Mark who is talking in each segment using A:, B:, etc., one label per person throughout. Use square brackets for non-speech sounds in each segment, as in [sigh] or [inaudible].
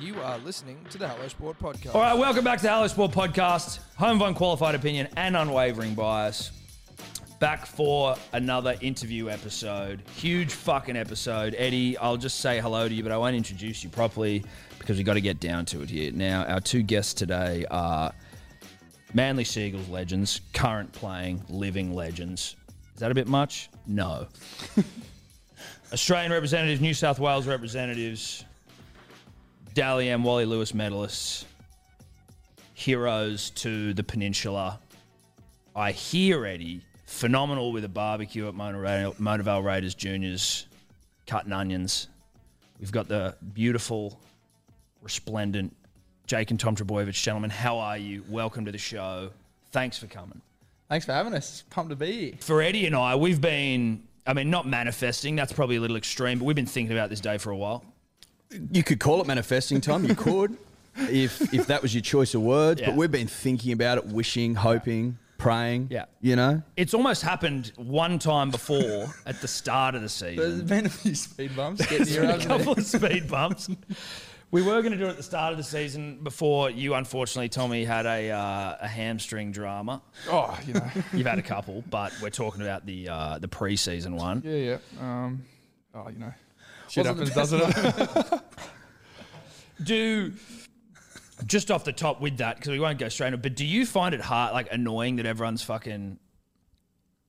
A: You are listening to the Hello Sport Podcast.
B: All right, welcome back to the Hello Sport Podcast, home of unqualified opinion and unwavering bias. Back for another interview episode. Huge fucking episode. Eddie, I'll just say hello to you, but I won't introduce you properly because we got to get down to it here. Now, our two guests today are Manly Seagulls legends, current playing, living legends. Is that a bit much? No. [laughs] Australian representatives, New South Wales representatives, Dally M, Wally Lewis medalists, heroes to the peninsula. I hear Eddie phenomenal with a barbecue at Monterey- Monavale Raiders Juniors, cutting onions. We've got the beautiful, resplendent Jake and Tom Trebojevic. Gentlemen, how are you? Welcome to the show. Thanks for coming
A: Thanks for having us. Pumped to be here.
B: for Eddie and I, we've been, I mean, not manifesting, that's probably a little extreme, but we've been thinking about this day for a while.
C: You could call it manifesting, Tom.
B: [laughs]
C: You could, if if that was your choice of words.
B: Yeah.
C: But we've been thinking about it, wishing, hoping, praying.
B: Yeah.
C: You know,
B: It's almost happened one time before at the start of the
A: There's
B: season.
A: been a few speed
C: [laughs]
A: bumps getting here,
B: a
A: hasn't
B: couple of speed
A: [laughs]
B: bumps. We were going to do it at the start of the season before you, unfortunately, Tommy, had a, uh, a hamstring drama.
A: there? Oh, you know.
B: [laughs] You've had a couple, but we're talking about the uh, the preseason one.
A: Yeah, yeah. Um, oh, you know. Shit
C: Wasn't
A: happens, doesn't it?
B: do just off the top with that because we won't go straight into but do you find it hard like annoying that everyone's fucking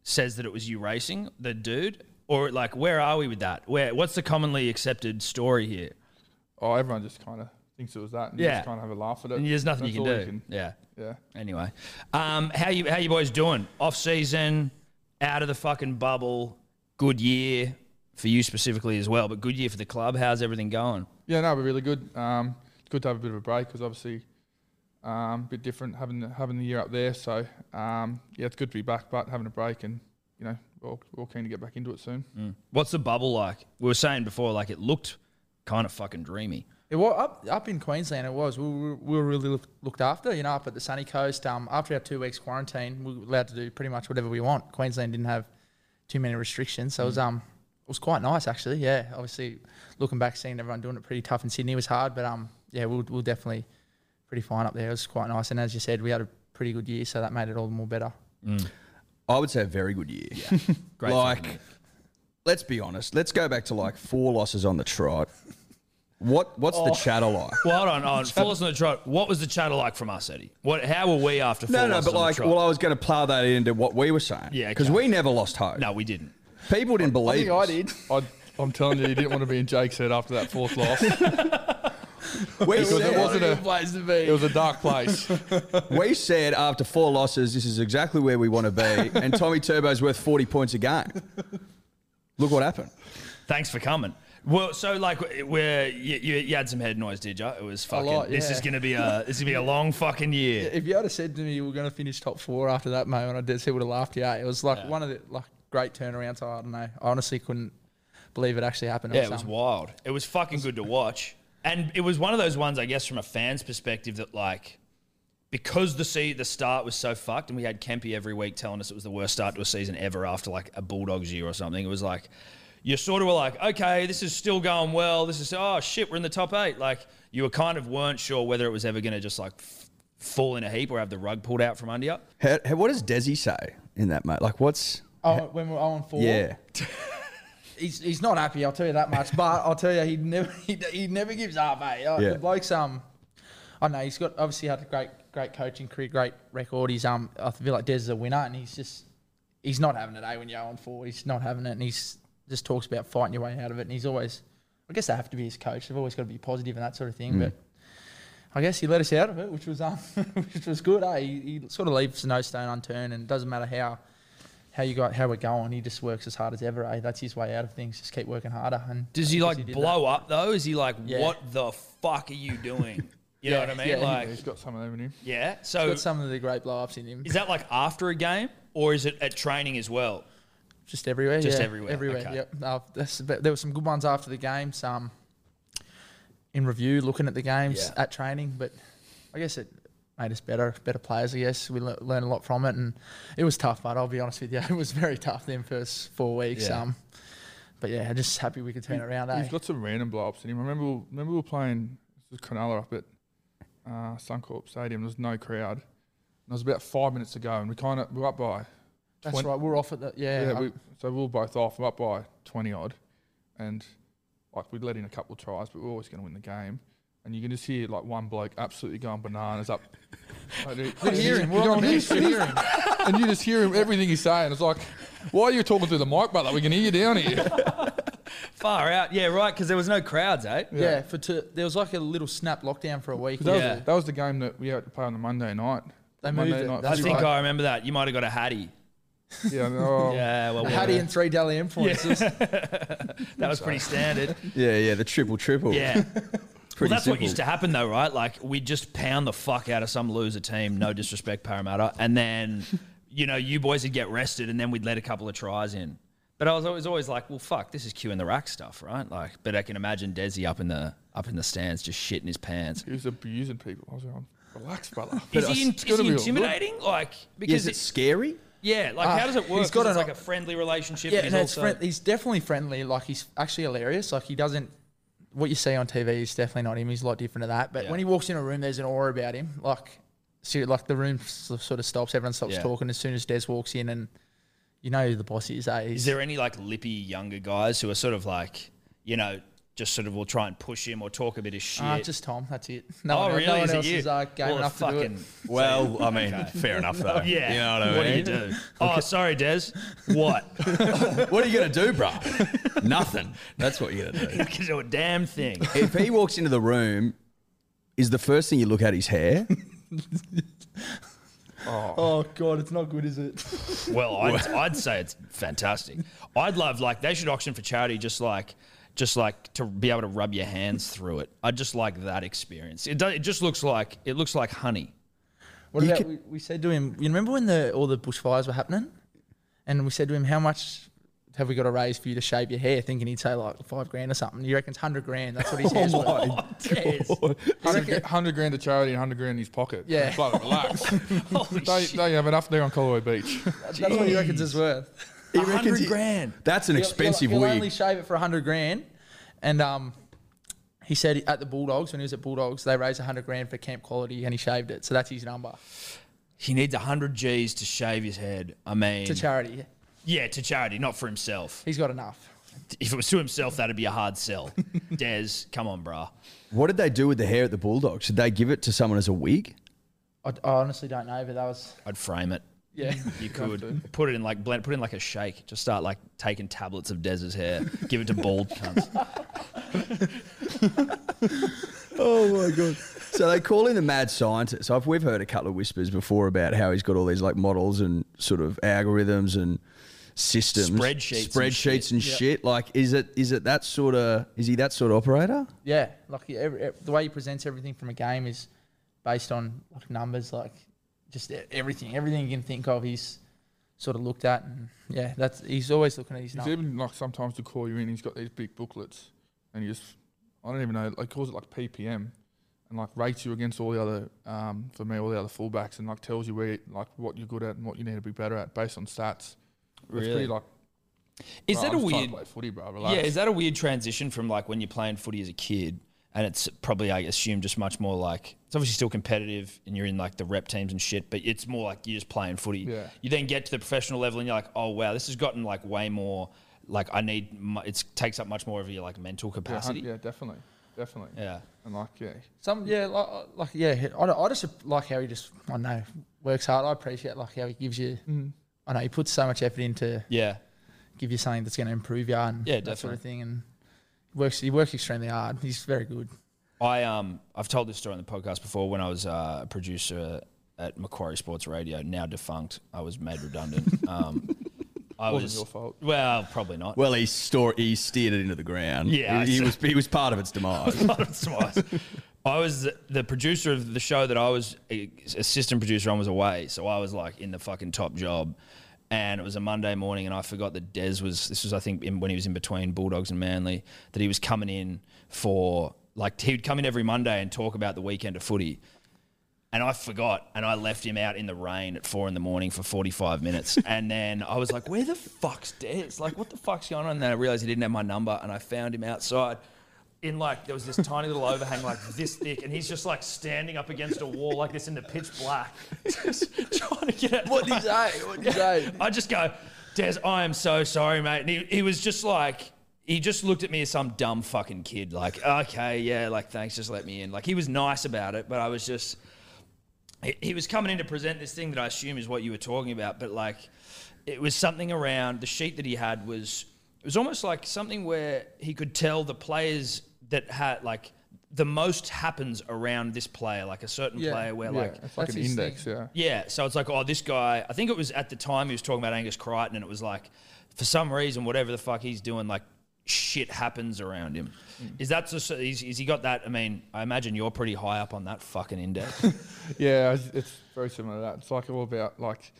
B: says that it was you racing the dude or like where are we with that where what's the commonly accepted story here
D: [laughs] oh, everyone just kind of thinks it was that, and you
B: Yeah.
D: just kind of have a laugh at it.
B: and there's nothing you can do
D: That's all
B: yeah
D: yeah,
B: anyway um how you how you boys doing off season out of the fucking bubble good year for you specifically as well but good year for the club how's everything going
D: yeah, no, we're really good. Um, it's good to have a bit of a break because obviously, um, a bit different having the, having the year up there. So, um, yeah, it's good to be back, but having a break and you know, we're all, we're all keen to get back into it soon.
B: Mm. what's the bubble like we were saying before like it looked kind of fucking dreamy
A: It was up up in Queensland. It was we were, we were really look, looked after. You know, up at the sunny coast. Um, after our two weeks quarantine, we were allowed to do pretty much whatever we want. Queensland didn't have too many restrictions, so it was um it was quite nice actually. Yeah, obviously looking back, seeing everyone doing it pretty tough in Sydney was hard, but um yeah, we were, we were definitely pretty fine up there. It was quite nice, and as you said, we had a pretty good year, so that made it all the more better.
C: I would say a very good year. [laughs]
B: Great
C: like, let's be honest. Let's go back to like four losses on the trot. What what's
B: Oh.
C: the
B: [laughs]
C: chatter like?
B: Well, hold on, hold on. Four losses on the trot. What was the chatter like from us, Eddie? What? How were we after four
C: No, no,
B: losses
C: but
B: on the
C: like,
B: trot?
C: well, I was going to plow that into what we were saying.
B: Yeah,
C: because
B: okay.
C: we never lost hope.
B: no, we didn't.
C: people didn't believe. us.
D: [laughs] I, I'm telling you, you didn't want to be in Jake's head after that fourth
A: [laughs]
D: loss. [laughs]
C: We
D: Because
C: said,
D: it wasn't a
A: place to be.
D: It was a dark
A: [laughs]
D: place.
C: we said after four losses, this is exactly where we want to be, and Tommy Turbo's worth forty points a game. Look what happened.
B: Thanks for coming. Well, so like, where you, you, you had some head noise, did you? It was fucking.
A: lot,
B: This
A: yeah.
B: is gonna be a this is
C: [laughs]
B: gonna be a long fucking year.
A: If you had have said to me you were going to finish top four after that moment, I did, would have laughed. Yeah, it was like one of the like great turnarounds. I don't know. I honestly couldn't believe it actually happened.
B: Yeah, it was
A: um,
B: wild. It was fucking good to watch, and it was one of those ones, I guess, from a fan's perspective that like. Because the sea, the start was so fucked, and we had Kempy every week telling us it was the worst start to a season ever after like a Bulldogs year or something. It was like you sort of were like, okay, this is still going well. This is oh shit, we're in the top eight. Like you were kind of weren't sure whether it was ever going to just like f- fall in a heap or have the rug pulled out from under you.
C: How, how, what does Desi say in that, mate? Like, what's
A: oh, when we were on four,
C: yeah?
A: he's, he's not happy. I'll tell you that much. but I'll tell you, he never [laughs] he, he never gives up, mate. Uh,
C: Yeah.
A: The bloke's um, I know he's got obviously had a great great coaching career, great record. He's um, I feel like Des is a winner, and he's just he's not having it. A when you're on four, he's not having it, and he's just talks about fighting your way out of it. And he's always, I guess they have to be his coach. They've always got to be positive and that sort of thing.
B: Mm.
A: But I guess he let us out of it, which was um, [laughs] which was good. Eh? He, he sort of leaves no stone unturned, and it doesn't matter how how you got how we're going. He just works as hard as ever. Eh? That's his way out of things. Just keep working harder. And
B: Does
A: I
B: he
A: guess
B: like
A: did that.
B: blow up though? Is he like,
A: Yeah.
B: what the fuck are you doing?
A: [laughs]
B: You know
A: Yeah,
B: what I mean?
A: yeah, he-
B: like,
D: He's got some of them in him.
B: yeah.
A: He's
B: So
A: Got some of the great blow ups in him.
B: is that like after a game or is it at training as well?
A: Just everywhere.
B: Just
A: yeah.
B: everywhere,
A: Everywhere.
B: okay.
A: Yep. Uh, that's, but there were some good ones after the game. Some in review, looking at the games
B: Yeah.
A: at training. But I guess it made us better, better players. I guess we le- learned a lot from it, and it was tough. But I'll be honest with you, [laughs] it was very tough them first four weeks.
B: Yeah.
A: Um, but yeah, just happy we could turn it around. Eh?
D: He's got some random blow ups in him. Remember, remember we were playing was Cronulla up at uh, Suncorp Stadium. There was no crowd. And it was about five minutes to go, and we kind of we were up by.
A: That's
D: 20
A: right. We're off at the yeah.
D: yeah,
A: I-
D: we, so we were both off, we're up by 20 odd. And like we'd let in a couple of tries, but we are always going to win the game. And you can just hear like one bloke absolutely going bananas
A: [laughs]
D: up. Like, you-
A: Good hearing. We're on mute. Good [laughs] hearing.
D: and you just hear him, everything he's saying. It's like, why are you talking through the mic, brother? We can hear you down here.
B: Far out. Yeah, right, because there was no crowds, eh?
A: Yeah. for two, there was like a little snap lockdown for a week.
D: That,
B: Yeah.
D: was, that was the game that we had to play on the Monday night.
A: They
D: Monday
A: moved it.
D: night
B: I
A: That's
D: football.
B: think
A: right.
B: I remember that. You might have got a Hattie.
D: Yeah, and,
A: [laughs]
D: oh,
B: Yeah, well,
A: A
B: we-
A: Hattie and three Delhi
B: [laughs]
A: influences.
B: that was pretty
A: [laughs]
B: standard.
C: Yeah, yeah, the triple triple.
B: Yeah.
C: It's
B: Well,
C: pretty
B: that's what
C: simple.
B: used to happen, though, right? Like, we'd just pound the fuck out of some loser team, no disrespect, Parramatta. And then, you know, you boys would get rested, and then we'd let a couple of tries in. But I was always, always like, well, fuck, this is Q in the rack stuff, right? Like, but I can imagine Desi up in the up in the stands, just shitting his pants.
D: he was abusing people. I was going, relax, brother.
B: Is
D: It's
B: he, in,
D: gonna
B: is he
D: be all good.
B: intimidating? Like,
C: Yes,
B: because
C: it's
B: it-
C: scary.
B: yeah, like, how does it work?
A: Ah, he's got
B: 'Cause it's
A: an-
B: like a friendly relationship.
A: yeah,
B: and he's
A: and it's
B: also-
A: friend, he's definitely friendly. Like he's actually hilarious. Like he doesn't. What you see on TV is definitely not him. He's a lot different to that. But
B: Yeah.
A: when he walks in a room, there's an aura about him. Like, see, like the room s- sort of stops. Everyone stops
B: Yeah.
A: talking as soon as Des walks in, and you know who the boss is. Eh?
B: Is
A: He's-
B: there any like lippy younger guys who are sort of like, you know, just sort of will try and push him or talk a bit of shit?
A: Ah, just Tom. That's it. No
B: oh,
A: one-
B: really?
A: No one
B: is
A: else
B: it you?
A: is uh, game
B: Well,
A: enough to do it. [laughs]
E: Well, I mean, fair enough though.
B: Yeah.
E: You know what I
B: what
A: [laughs]
E: mean?
B: do you do? Oh, sorry, Des. What? [laughs]
E: What are you gonna do, bro?
C: [laughs]
E: Nothing. That's what you're gonna do.
B: you can do a damn thing.
C: If he walks into the room, is the first thing you look at his hair?
A: Oh god, it's not good, is it?
B: Well, I'd, I'd say it's fantastic. I'd love like they should auction for charity, just like just like to be able to rub your hands through it. I just like that experience. It does, it just looks like it looks like honey.
A: What
C: You
A: about
C: could-
A: we, we said to him? You remember when the all the bushfires were happening, and we said to him, "How much have we got to raise for you to shave your hair?" Thinking he'd say like five grand or something. He reckons hundred grand.
C: [laughs]
A: That's
C: Oh
A: what his hair's worth.
B: Des.
D: 100, 100 grand to charity and 100 grand in his pocket.
A: Yeah.
D: Bloody
A: [laughs]
D: relax.
B: Holy
D: they,
B: shit.
D: they have enough there on Colloway Beach.
A: That's what he reckons it's worth.
C: He reckons
B: 100
C: he-
B: grand.
C: That's an
A: He'll-
C: expensive
A: he'll, he'll
C: wig.
A: only shave it for hundred grand, and um, he said at the Bulldogs when he was at Bulldogs they raised hundred grand for camp quality, and he shaved it. So that's his number
B: He needs 100 G's to shave his head. I mean,
A: to charity.
B: yeah, to charity, not for himself.
A: He's got enough.
B: If it was to himself, that'd be a hard sell. Des, come on, brah.
C: What did they do with the hair at the Bulldogs? Did they give it to someone as a wig?
A: I, I honestly don't know, but that was
B: I'd frame it.
A: yeah.
B: You could put it in like blend, put it in like a shake. Just start like taking tablets of Des's hair, give it to bald cunts.
C: Oh my god! [laughs] so they call in the mad scientist. So I've, we've heard a couple of whispers before about how he's got all these like models and sort of algorithms and systems,
B: Spreadsheets and
C: spreadsheets and shit. Like, is it is it that sort of is he that sort of operator?
A: Yeah, like he- every, ev- the way he presents everything from a game is based on like numbers, like just e- everything, everything you can think of. He's sort of looked at, and yeah, that's he's always looking at his
D: He's
A: numbers.
D: even like sometimes to call you in, he's got these big booklets, and he just I don't even know. Like calls it like PPM, and like rates you against all the other um, for me all the other fullbacks, and like tells you where like what you're good at and what you need to be better at based on stats. It's
B: Really?
D: pretty like
B: Is
D: bro,
B: that
D: I'm
B: a
D: just trying
B: weird?
D: to play footy, bro? Relax.
B: Yeah, is that a weird transition from like when you're playing footy as a kid? And it's probably, I assume, just much more like it's obviously still competitive, and you're in like the rep teams and shit. But it's more like you're just playing footy.
D: Yeah.
B: You then get to the professional level, and you're like, oh wow, this has gotten like way more. Like I need, mu- it takes up much more of your like mental
D: yeah, hun-
B: capacity.
D: yeah, definitely, definitely.
B: Yeah.
D: and like yeah,
A: Some yeah, like, like yeah, I, don't- I just like how he just I don't know works hard. I appreciate like how he gives you.
D: Mm.
A: I know he puts so much effort into
B: Yeah.
A: give you something that's going to improve you and
B: Yeah,
A: that sort of thing, and he works he works extremely hard. He's very good.
B: I um I've told this story on the podcast before when I was uh, a producer at Macquarie Sports Radio, now defunct. I was made
D: [laughs]
B: redundant. Um, I
D: wasn't
B: was
D: your fault.
B: Well, probably not.
E: Well, he store he steered it into the ground.
B: Yeah,
E: he, he
B: I-
E: was he was part of its demise.
B: That's wise. I was the, the producer of the show that I was a- assistant producer on was away, so I was like in the fucking top job. And it was a Monday morning, and I forgot that Des was. This was, I think, in, when he was in between Bulldogs and Manly, that he was coming in for like he would come in every Monday and talk about the weekend of footy. And I forgot, and I left him out in the rain at four in the morning for 45 minutes. and then I was like, Where the fuck's Des? Like, what the fuck's going on? And then I realized he didn't have my number, and I found him outside. in like there was this tiny little overhang like this thick, and he's just like standing up against a wall like this in the pitch black, [laughs] just trying to get out.
C: [laughs] What did you say? What did you say?
B: [laughs] I just go, Des, I am so sorry, mate. And he, he was just like, he just looked at me as some dumb fucking kid. Like, okay, yeah, like thanks, just let me in. Like he was nice about it, but I was just, he, he was coming in to present this thing that I assume is what you were talking about, but like it was something around the sheet that he had was it was almost like something where he could tell the players that had like the most happens around this player, like a certain
A: Yeah,
B: player where
D: Yeah,
B: like
D: it's like
A: that's
D: an
A: his
D: index.
A: thing. [laughs]
D: Yeah.
B: yeah, so it's like, oh, this guy. I think it was at the time he was talking about Angus Crichton, and it was like, for some reason, whatever the fuck he's doing, like shit happens around him. Is that just? Is, is he got that? I mean, I imagine you're pretty high up on that fucking index. [laughs]
D: Yeah, it's, it's very similar to that. It's like all about like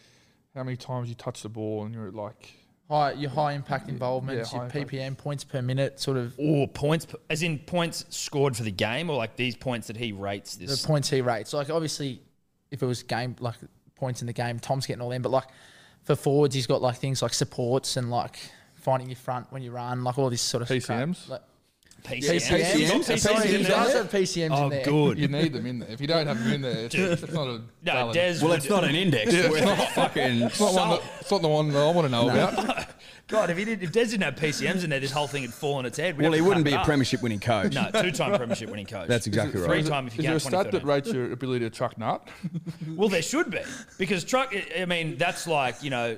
D: how many times you touch the ball and you're like
A: High, your high impact involvements,
D: high
A: your
D: impact.
A: PPM points per minute, sort of
B: or points, p- as in points scored for the game, or like these points that he rates
A: the
B: this.
A: points he rates. Like obviously, if it was game like points in the game, Tom's getting all in. But like for forwards, he's got like things like supports and like finding your front when you run, like all this sort of
D: PCMs?
A: Crap. Like,
B: PCMs.
A: PCMs?
B: He's got
A: Sorry,
B: PCMs in
A: he
B: there.
A: does have PCMs
B: Oh,
A: in there.
B: good.
D: you need them in there. If you don't have them in there, it's, it's not a
B: No,
D: valid-
B: Des.
E: Well,
B: would-
E: it's not an index.
C: [laughs]
E: We're not fucking.
D: It's not, one that, it's not the one that I want to know
A: [laughs]
D: about.
B: God, if he did, if Des didn't have PCMs in there, this whole thing would fall on its head. We'd
C: Well,
B: have
C: he
B: to
C: wouldn't
B: cut
C: be
B: it
C: a
B: up.
C: premiership winning coach.
B: No, two-time premiership winning coach.
C: That's exactly right.
B: Three-time if you
D: Is
B: count
D: there a stat that
B: 2013.
D: rates your ability to truck nut?
B: Well, there should be because truck. I mean, that's like you know,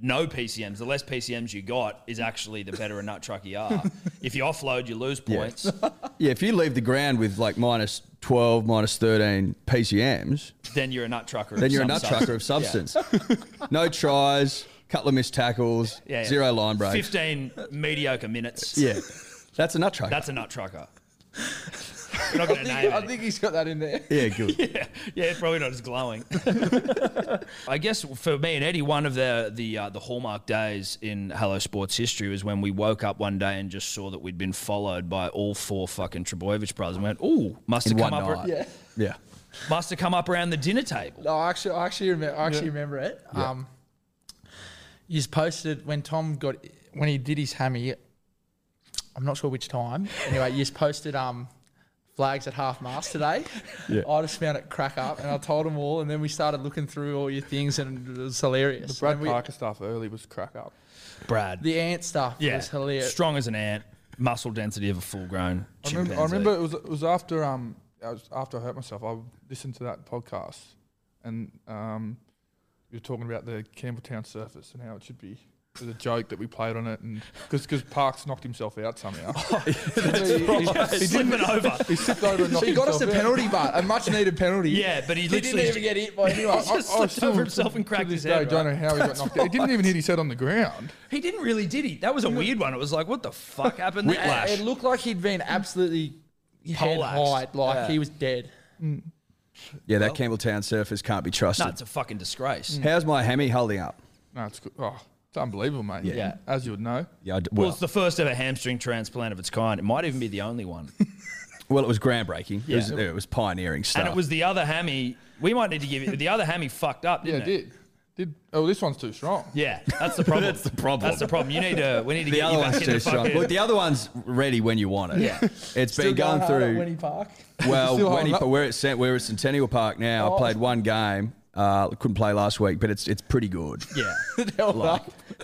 B: no PCMs. The less PCMs you got is actually the better a nut truck you are. if you offload, you lose points.
C: Yeah, if you leave the ground with like minus 12, minus 13 PCMs,
B: Then you're a nut trucker. of
C: then you're a
B: some
C: nut
B: substance.
C: trucker of substance. [laughs] no tries, couple of missed tackles,
B: Yeah, yeah.
C: zero line breaks.
B: Fifteen mediocre minutes.
C: Yeah, that's a nut trucker.
B: that's a nut
C: [laughs]
B: trucker. We're not going to name it.
A: [laughs] I think he's got that in there.
C: yeah, good.
B: [laughs] yeah, it's probably not as glowing. I guess for me and Eddie, one of the the uh, the hallmark days in Hello Sports history was when we woke up one day and just saw that we'd been followed by all four fucking Trebojevic brothers and went, "Ooh, must
C: In
B: have come
C: one
B: up, ar-
C: night.
A: Yeah.
C: Yeah.
B: must have come up around the dinner table."
A: No, Oh, I actually, I actually remember. I actually remember it. Um, you posted when Tom got when he did his hammy. I'm not sure which time. Anyway, you posted um, flags at half mast today.
C: Yeah.
A: I just found it crack up, and I told them all, and then we started looking through all your things, and it was hilarious.
D: The Brad
A: And we-
D: Parker stuff early was crack up.
B: Brad,
A: the ant stuff
B: yeah,
A: was hilarious.
B: strong as an ant, muscle density of a full grown
D: I remember,
B: chimpanzee.
D: I
B: [laughs]
D: remember it was it was after um I was, after I hurt myself. I listened to that podcast, and um, you were talking about the Campbelltown surface and how it should be. It was a joke that we played on it, and because Parks knocked himself
B: [laughs]
D: out somehow,
B: Oh,
D: he, he- he didn't-
B: Slipping over.
D: he slipped over and knocked
A: So you got us
D: himself
A: a
D: out.
A: penalty, but a much needed penalty.
B: Yeah, but he
A: he
B: literally
A: didn't even get hit
B: [laughs]
A: by anyone.
D: I- I-
B: Just
D: I
B: slipped
D: still
B: over himself and
D: to
B: cracked
D: this
B: his head,
D: day Don't
B: right?
D: know how he got knocked out. He didn't even hit his head on
B: [laughs]
D: the ground.
B: He didn't really, did he? That was a weird one. It was like, what the fuck happened? there?
A: It- It looked like he'd been absolutely head
B: Poleaxed.
A: high, like
B: Yeah.
A: he was dead.
C: Yeah, that Campbelltown surface can't be trusted.
B: No, it's a fucking disgrace.
C: How's my hammy holding up?
D: No, it's good. Oh, it's unbelievable, mate.
B: Yeah.
D: as you would know.
C: Yeah, I d-
B: Well,
C: well,
B: it's the first ever hamstring transplant of its kind. It might even be the only
C: [laughs]
B: one.
C: well, it was groundbreaking. It, was,
B: Yeah.
C: it was pioneering stuff.
B: and it was the other hammy. We might need to give it. The other hammy fucked up,
D: Yeah,
B: didn't
D: it did. Did oh, this one's too strong.
B: Yeah, that's the
C: [laughs]
B: problem. that's the
C: problem.
B: That's the problem. You need to. We need to
C: the
B: get
C: other
B: you back
C: one's
B: in
C: too
B: the
C: strong.
B: fucking.
C: Look, the other one's ready when you want it.
B: Yeah.
C: it's been going
A: hard at
C: through.
A: Winnie Park. [laughs]
C: [laughs] Well,
D: Still
C: when he,
D: holding up.
C: we're at Cent- we're at Centennial Park now.
B: Oh.
C: I played one game. Uh, couldn't play last week, but it's it's pretty good.
B: yeah, [laughs]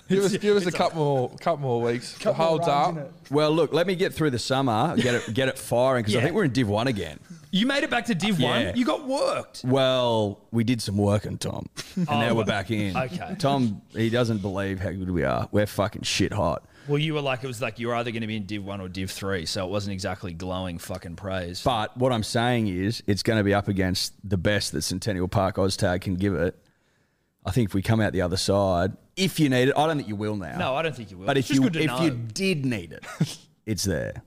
D: Give us, give us a couple more, couple more weeks. It
A: Couple of
D: holds
A: runs,
D: up.
C: Well, look, let me get through the summer, get it get it firing because
B: Yeah.
C: I think we're in Div One again.
B: you made it back to Div
C: Yeah.
B: One. You got worked.
C: Well, we did some work on Tom, and now we're
B: well,
C: back in.
B: Oh, okay.
C: Tom, he doesn't believe how good we are. We're fucking shit hot.
B: Well, you were like it was like you were either going to be in Div One or Div Three, so it wasn't exactly glowing fucking praise.
C: But what I'm saying is, it's going to be up against the best that Centennial Park OzTag can give it. I think if we come out the other side, if you need it, I don't think you will now.
B: no, I don't think you will.
C: But
B: it's
C: if
B: just
C: you
B: good to
C: if
B: know.
C: you did need it,
B: [laughs]
C: it's there,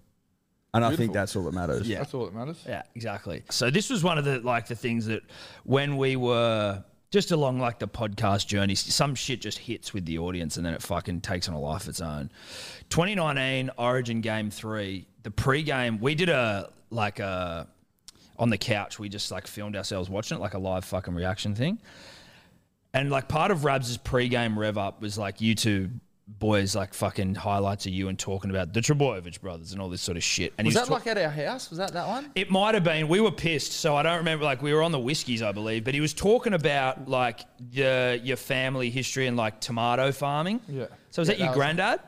C: and I think
D: Beautiful.
C: that's all that matters.
B: Yeah.
D: That's all that matters.
B: Yeah, exactly. So this was one of the like the things that when we were just along like the podcast journey, some shit just hits with the audience and then it fucking takes on a life of its own. 2019 Origin Game Three, the pre-game we did a like a on the couch. We just like filmed ourselves watching it like a live fucking reaction thing. And like part of Rabs' pre-game rev up was like you two boys like fucking highlights of you and talking about the Trebojevic brothers and all this sort of shit. And
A: was
B: he
A: that
B: was talk-
A: like at our house? Was that that one?
B: it might have been. We were pissed, so I don't remember. Like we were on the whiskies, I believe. But he was talking about like your your family history and like tomato farming.
D: Yeah.
B: So is that your
A: that was- oh,
B: granddad,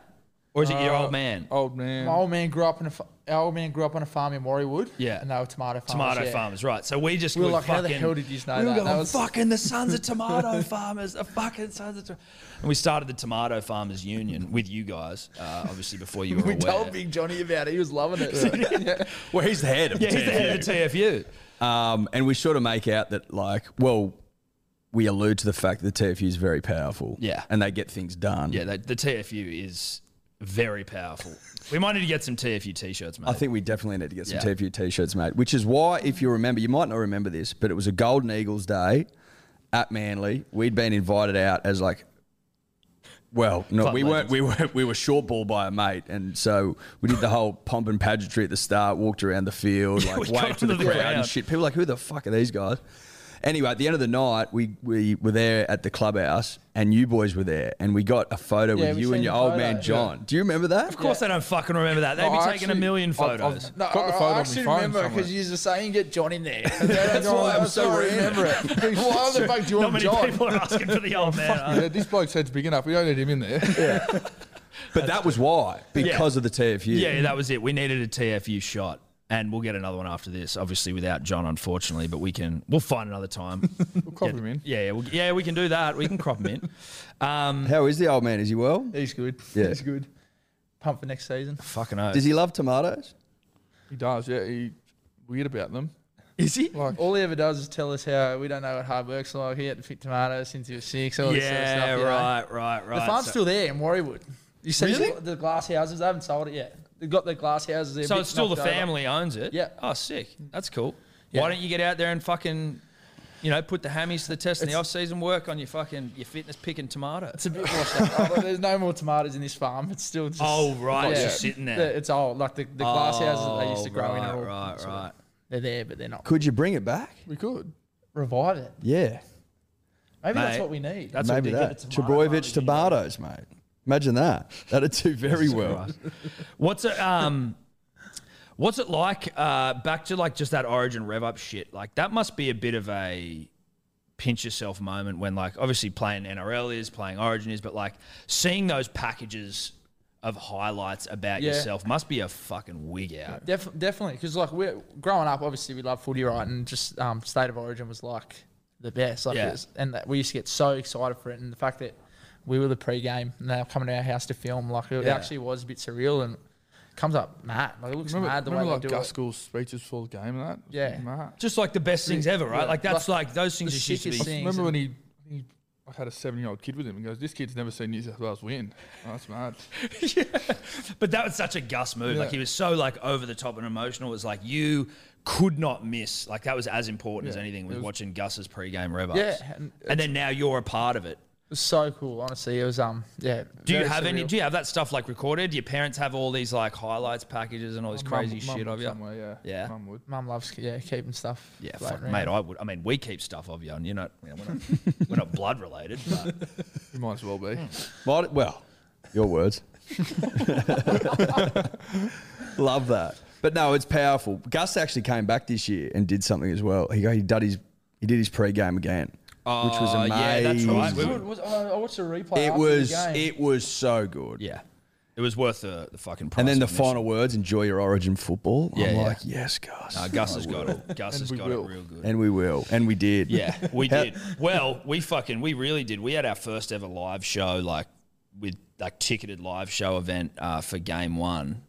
B: or is it your
D: Uh,
B: old man?
D: Old man. [laughs]
A: My old man grew up in a fa- our old man grew up on a farm in Warriewood.
B: Yeah.
A: and they were tomato farmers.
B: tomato
A: yeah.
B: farmers, right? So we just
A: We were
B: would
A: like, how
B: fucking,
A: the hell did you know
B: we were
A: that?
B: going,
A: That was-
B: fucking the sons of tomato farmers, the fucking sons of. To-. And we started the tomato farmers union with you guys, uh, obviously before you were
A: [laughs] We
B: aware.
A: told Big Johnny about it. He was loving it.
E: Well, he's the head of
B: yeah, he's the head of the TFU.
C: Um, and we sort of make out that, like, well, we allude to the fact that the TFU is very powerful.
B: Yeah.
C: And they get things done.
B: Yeah, the, the TFU is very powerful. We might need to get some TFU t-shirts, mate.
C: I think we definitely need to get some
B: Yeah.
C: TFU t-shirts made, which is why, if you remember, you might not remember this, but it was a Golden Eagles day at Manly. We'd been invited out as like, well, no,
B: Club
C: we weren't. We were we were short ball by a mate, and so we did the whole pomp and pageantry at the start. Walked around the field,
B: we
C: like
B: got
C: waved to the,
B: onto the
C: crowd and
B: ground.
C: shit. People were like, who the fuck are these guys? Anyway, at the end of the night, we, we were there at the clubhouse, and you boys were there, and we got a photo
A: Yeah,
C: with
A: we
C: you and
A: seen
C: your
A: the
C: old
A: photo,
C: man
A: yeah.
C: John. Do you remember that?
B: of course, they don't fucking remember that. They'd
D: No,
B: be
D: I
B: taking a
D: actually-
B: million
D: I've- I've-
B: photos.
A: No,
D: Got the
A: I-
D: photo on
A: I
D: my
A: actually
D: phone
A: remember
D: somewhere.
A: because you were saying get John in there. That's why I'm so
D: [laughs]
A: remember it. Why the fuck do you
B: Not
A: want
B: many
A: John?
B: people are asking for the
A: [laughs]
B: old man. are they?
D: yeah, this bloke's head's big enough. We don't need him in there. [laughs]
C: But that was why, because of the TFU.
B: Yeah, that was it. We needed a TFU shot, and we'll get another one after this. Obviously, without John, unfortunately, but we can. We'll find another
A: [laughs]
B: time.
D: We'll cop him in.
B: yeah, yeah, we'll, yeah, we can do that. We can crop him in.
A: [laughs]
B: Um,
C: How is the old man? Is he well?
A: He's good.
C: Yeah.
A: He's good. Pump for next season.
B: fucking oath.
C: Does he love tomatoes?
D: He does. Yeah, he weird about them.
B: Is he?
D: Like
A: All he ever does is tell us how we don't know what hard work's like. He had to pick tomatoes since he was six. All this sort of
B: Yeah,
A: stuff, you know.
B: right, right, right.
A: The farm's
B: So-
A: still there in Warriewood. You see
B: Really?
A: the, the glass houses? They haven't sold it yet. They've got the glass houses there. a
B: So
A: bit
B: it's still the
A: knocked over.
B: family owns it.
A: Yeah.
B: Oh, sick. That's cool.
A: Yeah.
B: Why don't you get out there and fucking, you know, put the hammies to the test in the off season? Work on your fucking your fitness picking tomato.
A: It's a bit washed up. Oh, there's no more tomatoes in this farm. It's still just.
B: Oh, right, it's just
A: Yeah.
B: sitting there.
A: The- It's old. Like the, the glass houses that they used to
B: Oh,
A: grow in
B: right,
A: are all.
B: right,
A: sort of-
B: right.
A: They're there, but they're not.
C: Could you bring it back?
D: we could.
A: Revive it.
C: Yeah,
A: Maybe that's
B: Mate,
A: what we need.
B: That's
C: maybe
B: what they
C: that.
B: get.
C: Trebojevic tomatoes, mate. Imagine that. That'd do very well.
B: What's it? Um, what's it like? Uh, back to like just that Origin rev up shit. Like that must be a bit of a pinch yourself moment when like obviously playing NRL is playing Origin is, but like seeing those packages of highlights about
A: Yeah.
B: yourself must be a fucking wig out.
A: Def- definitely, because like we're growing up, obviously we love footy, right? And just um, state of origin was like the best, like
B: Yeah.
A: it was- and that we used to get so excited for it, and the fact that we were the pre-game and they were coming to our house to film, like it
B: Yeah.
A: actually was a bit surreal and comes up mad, like it looks
D: Remember,
A: mad the way
D: remember like
A: they do
D: Gus
A: it.
D: School's speeches for the game and that.
A: Yeah.
D: Mad.
B: Just like the best things ever, right?
A: Yeah.
B: Like that's
A: Like,
B: like, those things
A: the
B: just used to
A: sickest
B: be.
A: thing. Things
D: Remember
A: and-
D: when he, he I had a seven year old kid with him and goes, This kid's never seen New South Wales win. Oh, that's mad.
B: But that was such a Gus move. Like
D: Yeah.
B: he was so like over the top and emotional. It was like you could not miss. Like that was as important as
D: Yeah.
B: anything was,
D: It was-
B: watching Gus's pre-game rev ups.
A: Yeah, and
B: and then now you're a part of it.
A: It was so cool, honestly. It was um, yeah.
B: Do you
A: very
B: have any?
A: surreal.
B: Do you have that stuff like recorded? Do your parents have all these like highlights packages and all this
D: Mum-
B: crazy
D: mum
B: shit
D: would
B: of you?
D: Somewhere, yeah.
B: Yeah.
D: Mum would.
A: Mum loves yeah keeping stuff.
B: Yeah,
A: floating
B: fuck,
A: around.
B: mate. I would. I mean, we keep stuff of you, and you're not. You know, we're,
D: [laughs]
B: not we're not blood related. But
D: You might as well be.
C: Might- well,
B: [laughs]
C: your words. Love that. But no, it's powerful. Gus actually came back this year and did something as well. He, he did his he did his pre-game again, which was
B: Oh,
C: amazing.
B: yeah, that's right. We
A: Dude, was- I I watched a replay.
C: It
A: after
C: was
A: The game.
C: it was so good.
B: yeah, it was worth the, the fucking price.
C: And then the
B: on this.
C: final words, enjoy your origin football.
B: Yeah,
C: I'm
B: yeah.
C: like, yes, Gus.
B: Uh, Gus has got it. Gus has
D: we
B: got
D: will.
B: it real good.
C: And we will. And we did.
B: [laughs] Yeah, we
C: How-
B: did. Well, we fucking we really did. We had our first ever live show, like with like ticketed live show event uh, for game one,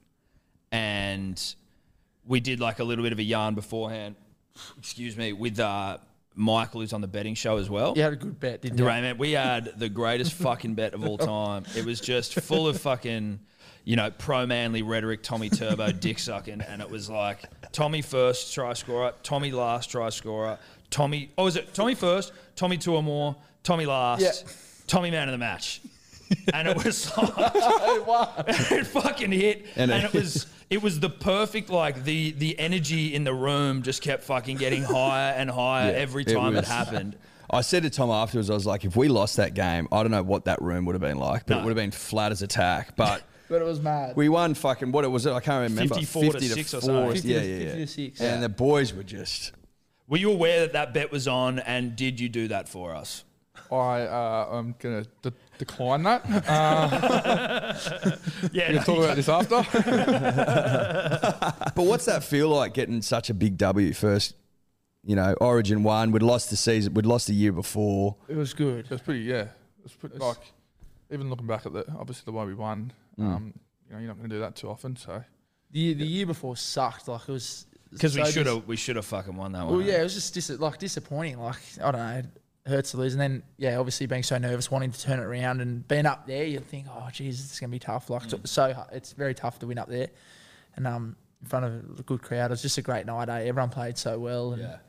B: and we did like a little bit of a yarn beforehand. Excuse me, with uh, Michael who's on the betting show as well.
A: You had a good bet, didn't
B: The
A: you? [laughs]
B: Rain Man, we had the greatest fucking bet of all time. It was just full of fucking, you know, pro manly rhetoric, Tommy Turbo, dick sucking. And it was like Tommy first try scorer, Tommy last try scorer, Tommy, oh, is it Tommy first, Tommy two or more, Tommy last,
A: Yeah.
B: Tommy man of the
A: Oh,
B: match. And [laughs] it was like, it fucking hit.
C: And
B: And, it
C: it-
B: was, it was the perfect like the the energy in the room just kept fucking getting higher and higher
C: [laughs] Yeah,
B: Uh, every
C: it
B: time it,
C: was-
B: happened.
C: I said to Tom afterwards, I was like, if we lost that game, I don't know what that room would have been like, but
B: No.
C: it would have been flat as a tack. But
A: But it was mad.
C: we won fucking what it was. I can't remember.
B: 54 to six or something.
A: 50
C: yeah,
A: to-
C: yeah, yeah.
A: 50 to six.
C: And the boys were just.
B: Were you aware that that bet was on, and did you do that for us?
D: I uh, I'm gonna de- decline that. Uh,
B: Yeah,
D: we
A: [laughs]
D: can talk about this after.
C: But what's that feel like getting such a big W first? You know, Origin one, we'd lost the season, we'd lost the year before.
A: It was good.
D: It's pretty, yeah. It's pretty like even looking back at the obviously the way we won.
B: Mm.
D: Um, you know, you're not gonna do that too often. So
A: The year, the year before sucked. Like it was
B: because we
A: so
B: should
A: dis-
B: have we should have fucking won that one.
A: Well, yeah, it was just dis- like disappointing. Like I don't know, it hurts to lose. And then yeah, obviously being so nervous, wanting to turn it around, and being up there, you think, oh, geez, it's gonna be tough. Like
B: Mm.
A: so so, hu- it's very tough to win up there, and um, in front of a good crowd. It was just a great night. Eh? Everyone played so well, and
B: Yeah.
A: it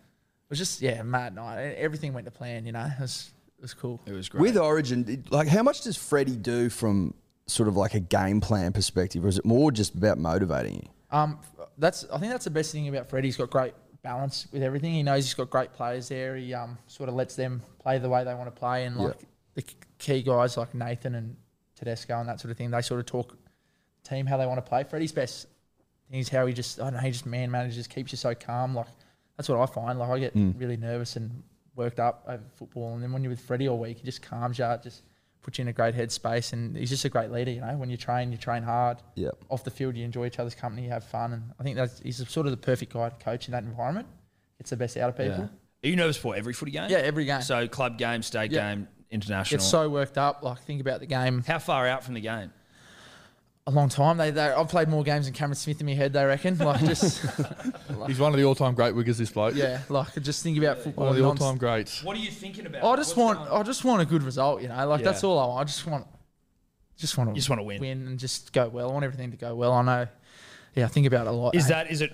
A: was just yeah, mad night. E- Everything went to plan. You know, it was it was cool.
B: it was great.
C: With Origin, did- like how much does Freddie do from sort of like a game plan perspective, or is it more just about motivating you?
A: Um, f- that's I think that's the best thing about Fred. He's got great balance with everything. He knows he's got great players there. He um sort of lets them play the way they want to play, and
C: Yeah.
A: like the k- key guys like Nathan and Tedesco and that sort of thing. They sort of talk team how they want to play. Freddie's best thing is how he just I don't know he just man manages, keeps you so calm. Like that's what I find. Like I get really nervous and worked up over football, and then when you're with Freddie all week, he just calms you out, just puts you in a great headspace, and he's just a great leader. You know, when you train, you train hard.
C: Yep.
A: Off the field, you enjoy each other's company, you have fun, and I think that's he's sort of the perfect guy to coach in that environment. Gets the best out of
B: yeah.
A: people.
B: Are you nervous for every footy game?
A: Yeah, every game.
B: So club game, state
A: Yeah.
B: game, international.
A: Gets so worked up. Like think about the game.
B: How far out from the game?
A: A long time. They, they I've played more games than Cameron Smith in my head. They reckon. [laughs]
B: [laughs]
A: Like just
D: he's one of the all-time great wiggers. This bloke.
A: yeah. Like just think about
D: One
A: football.
D: of the
A: non-
D: all-time greats.
B: What are you thinking about?
A: I just
B: What's
A: want
B: going-
A: I just want a good result, you know. Like that's
B: Yeah.
A: all I want. I just want just want to
B: just wanna win.
A: win and just go well. I want everything to go well. I know. Yeah, I think about it a lot.
B: Is
A: eh?
B: that is it?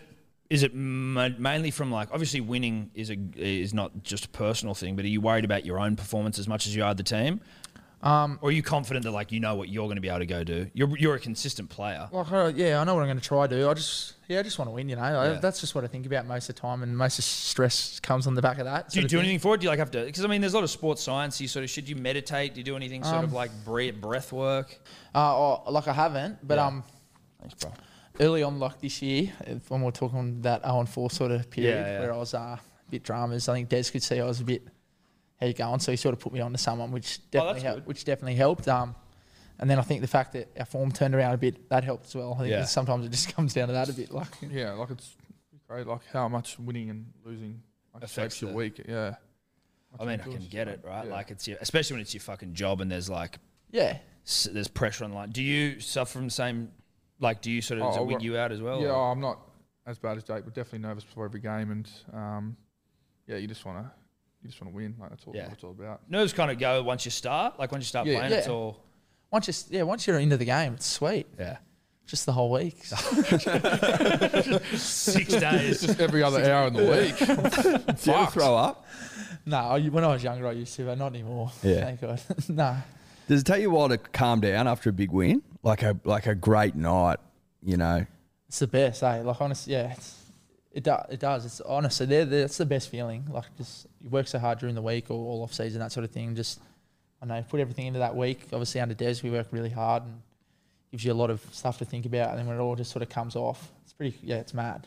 B: Is it ma- mainly from like obviously winning is a is not just a personal thing, but are you worried about your own performance as much as you are the team? Um, or are you confident that like you know what you're going to be able to go do? You're you're a consistent player.
A: like I, yeah, I know what I'm going to try to do. I just yeah, I just want to win, you know. I-
B: Yeah.
A: That's just what I think about most of the time, and most of the stress comes on the back of
B: Do
A: that. sort
B: you
A: of
B: do
A: thing.
B: anything for it? Do you like have to? Because I mean, there's a lot of sports science. You sort of should you meditate? Do you do anything sort of like bre- breath work?
A: Uh, or, like I haven't, but um,
B: Thanks, bro.
A: early on, like this year, if- when we we're talking that 0 and 4 sort of period
B: yeah.
A: where I was uh, a bit dramas, I think Des could see I was a bit, how you going? So he sort of put me on to someone, which definitely,
B: Oh, that's
A: hel-
B: good.
A: which definitely helped. Um, and then I think the fact that our form turned around a bit, that helped as well. I think
B: Yeah.
A: sometimes it just [laughs] comes down to that a bit. Like,
D: Yeah, like it's great. Like how much winning and losing like,
B: Affects
D: shapes your
B: the-
D: week. Yeah.
B: I mean, I
D: Of
B: can
D: course.
B: get it right.
D: Yeah.
B: Like it's your, especially when it's your fucking job and there's like
A: yeah.
B: s- there's pressure on like. Do you suffer from the same? Like, do you sort of does
D: Oh,
B: it wig
D: well,
B: you out as well?
D: Yeah,
B: or-
D: I'm not as bad as Jake, but definitely nervous before every game, and um, yeah, you just wanna you just wanna win. Like that's all.
B: Yeah.
D: Yeah. That's all about.
B: nerves kind of go once you start. Like once you start
D: Yeah.
B: playing, it's
A: Yeah.
B: all
A: Once you, s- yeah, once you're into the game, it's sweet.
B: yeah.
A: Just the whole week. [laughs]
B: Six
D: [laughs]
B: days.
D: Just every other hour in
B: [laughs]
D: the week.
C: [laughs] Do you ever throw up?
A: no, I, when I was younger, I used to, but not anymore.
C: Yeah.
A: Thank God. [laughs] no.
C: Does it take you a while to calm down after a big win, like a like a great night? You know,
A: It's the best, eh? Like honestly, yeah, it's, it do, it does. It's honestly, they're, they're- that's the best feeling. Like just you work so hard during the week or all off season that sort of thing. Just I don't know, put everything into that week. Obviously, under Des, we work really hard and gives you a lot of stuff to think about. And then when it all just sort of comes off, it's pretty. Yeah, it's mad.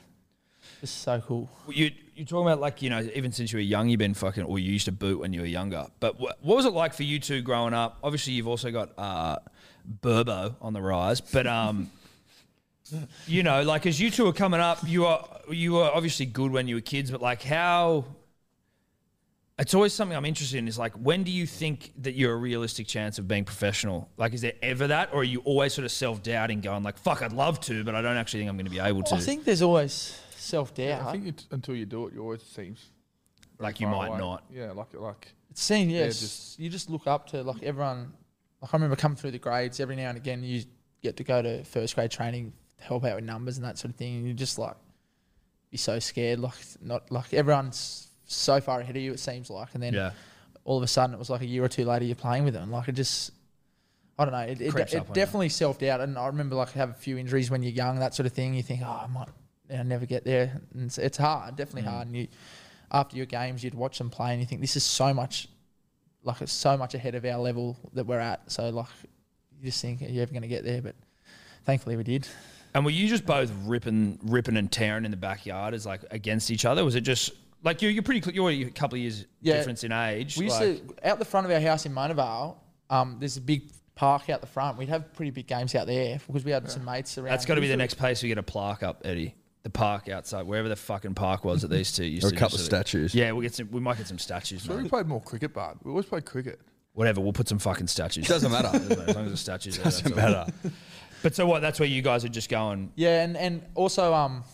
A: It's so cool.
B: You you talking about like you know even since you were young you've been fucking or you used to boot when you were younger. But wh- what was it like for you two growing up? Obviously you've also got uh, Burbo on the rise, but um. You know, like as you two were coming up, you are you were obviously good when you were kids, but like how it's always something I'm interested in is like when do you think that you're a realistic chance of being professional? Like is there ever that or are you always sort of self doubting going like fuck I'd love to, but I don't actually think I'm gonna be able to
A: Oh, I think there's always self doubt.
D: I think it, until you do it, you always seems very
B: Like you
D: far
B: might
D: away.
B: not.
D: Yeah, Oh, like like
A: It's seen, yeah.
D: Yeah,
A: it's- you just look up to like everyone. Like I remember coming through the grades every now and again. You get to go to first grade training, help out with numbers and that sort of thing. And you just like be so scared, like not like everyone's so far ahead of you. It seems like, and then
B: Yeah.
A: all of a sudden it was like a year or two later you're playing with them. Like it just, I don't know. It, it,
B: Creeps
A: it
B: up on you.
A: definitely self doubt, and I remember like have a few injuries when you're young, that sort of thing. You think, oh, I might, you know, never get there, and it's, it's hard, definitely
B: Mm.
A: hard. And you, after your games, you'd watch them play, and you think this is so much, like it's so much ahead of our level that we're at. So like, you just think, are you ever going to get there? But thankfully, we did.
B: And were you just both ripping, ripping and tearing in the backyard as like against each other? Was it just like you? You're pretty. cl- You're already a couple of years
A: Yeah.
B: difference in age.
A: We used
B: like,
A: to out the front of our house in Monavale. Um, there's a big park out the front. We'd have pretty big games out there because we had some mates around.
B: that's got to be the next place we get a plaque up, Eddie. The park outside, wherever the fucking park was that these two used
C: Or a
B: to
C: couple
B: just
C: of
B: sort
C: statues.
B: Yeah, we will get some. We might get some statues.
D: So we
B: mate.
D: played more cricket, but we always played cricket.
B: Whatever, we'll put some fucking statues.
C: Doesn't matter.
B: [laughs] as long as the statues. there, that's
C: Doesn't
B: all.
C: matter.
B: But so what? That's where you guys are just going.
A: Yeah, and, and also um,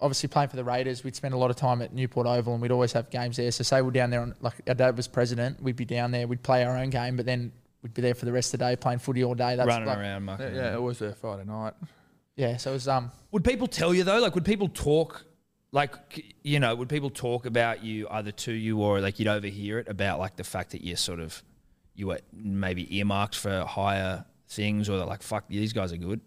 A: obviously playing for the Raiders, we'd spend a lot of time at Newport Oval, and we'd always have games there. So say we're down there on like our dad was president, we'd be down there, we'd play our own game, but then we'd be there for the rest of the day playing footy all day. That's
B: running
A: like-
B: around, mucking
D: Yeah,
B: around.
D: yeah, always there Friday night.
A: Yeah, so it was um
B: Would people tell you though? Like, would people talk? Like, c- you know, would people talk about you either to you or like you'd overhear it about like the fact that you're sort of you were maybe earmarked for higher things or they're like fuck these guys are good.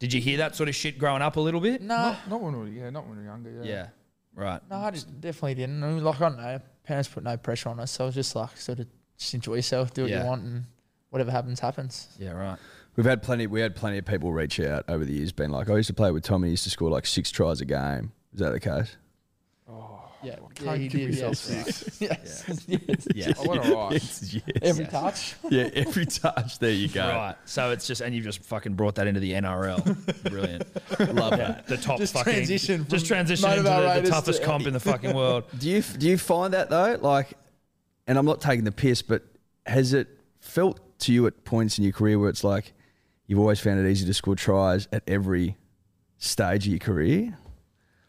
B: Did you hear that sort of shit growing up a little bit?
A: no,
D: Not, not when we were, yeah, not when we were younger. Yeah.
B: Yeah. Right.
A: no, I just definitely didn't. I mean, like I don't know, parents put no pressure on us, so it was just like sort of just enjoy yourself, do what
B: Yeah.
A: you want, and whatever
B: [laughs]
A: happens happens.
B: Yeah. Right.
C: We've had plenty. We had plenty of people reach out over the years, being like, "I used to play with Tommy. He used to score like six tries a game." Is that the case?
A: Yeah, yeah,
D: Oh, can't
A: he
D: give
A: did.
D: yourself
A: Yes, right. yes, yes.
B: Yeah.
D: I went
B: [laughs]
D: all
C: [laughs]
D: right.
C: Yes.
A: [laughs] every touch.
C: yeah, every touch. There you go.
B: Right. So it's just and you've just fucking brought that into the
C: [laughs]
B: NRL. Brilliant.
C: Love that.
B: The top
A: Just
B: fucking
A: transition from
B: just transition into
A: Motivate
B: the, the
A: Raiders
B: toughest
A: to-
B: comp in the fucking
A: [laughs]
B: world.
C: Do you do you find that though? Like, and I'm not taking the piss, but has it felt to you at points in your career where it's like you've always found it easy to score tries at every stage of your career?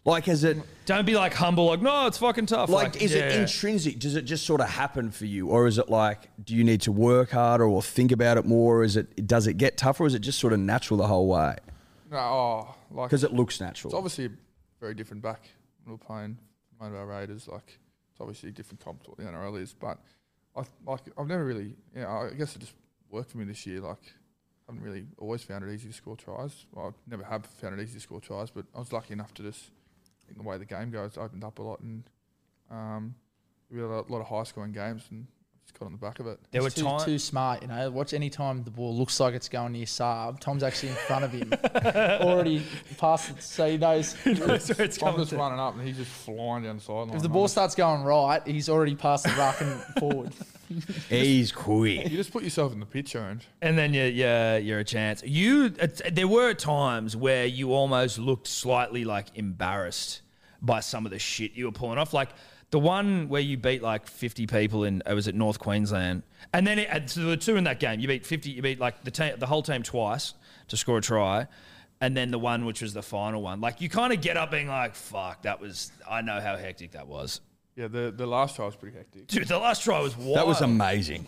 C: Like, has it
B: Don't be like humble. Like no, it's fucking tough.
C: like, is it
B: yeah.
C: intrinsic? Does it just sort of happen for you, or is it like do you need to work harder or think about it more? Is it does it get tougher? Or is it just sort of natural the whole way
D: No, oh, like
C: because it looks
D: it's
C: natural?
D: obviously very different back when we were playing one of our Raiders. Like it's obviously a different comp to what the NRL is, but I like I've never really. Yeah, I guess it just worked for me this year. Like I haven't really always found it easy to score tries. Well, I never have found it easy to score tries, but I was lucky enough to just I think the way the game goes opened up a lot and um, we had a lot of high scoring games and just got on the back of it.
B: There were
A: He's too,
B: times.
A: too smart, you know. Watch any time the ball looks like it's going near Saab, Tom's actually in front
C: [laughs]
A: of him, already past it, so he knows.
C: Oh,
B: where it's
D: I'm
B: coming
D: just
B: to.
D: running up and he's just flying down the sideline.
A: If the
D: I'm
A: ball
D: just-
A: starts going right, he's already past the ruck and
C: [laughs]
A: forward.
C: He's quick.
D: you just put yourself in the picture and
B: And then you, you, you're a chance. You, it's- there were times where you almost looked slightly like embarrassed by some of the shit you were pulling off. Like the one where you beat like 50 people in, it was at North Queensland. And then it, and so there were two in that game. You beat 50, you beat like the, ta- the whole team twice to score a try. And then the one which was the final one. Like you kind of get up being like, fuck, that was, I know how hectic that was.
D: yeah, the the last try was pretty hectic.
B: Dude, the last try was wild.
C: That was amazing.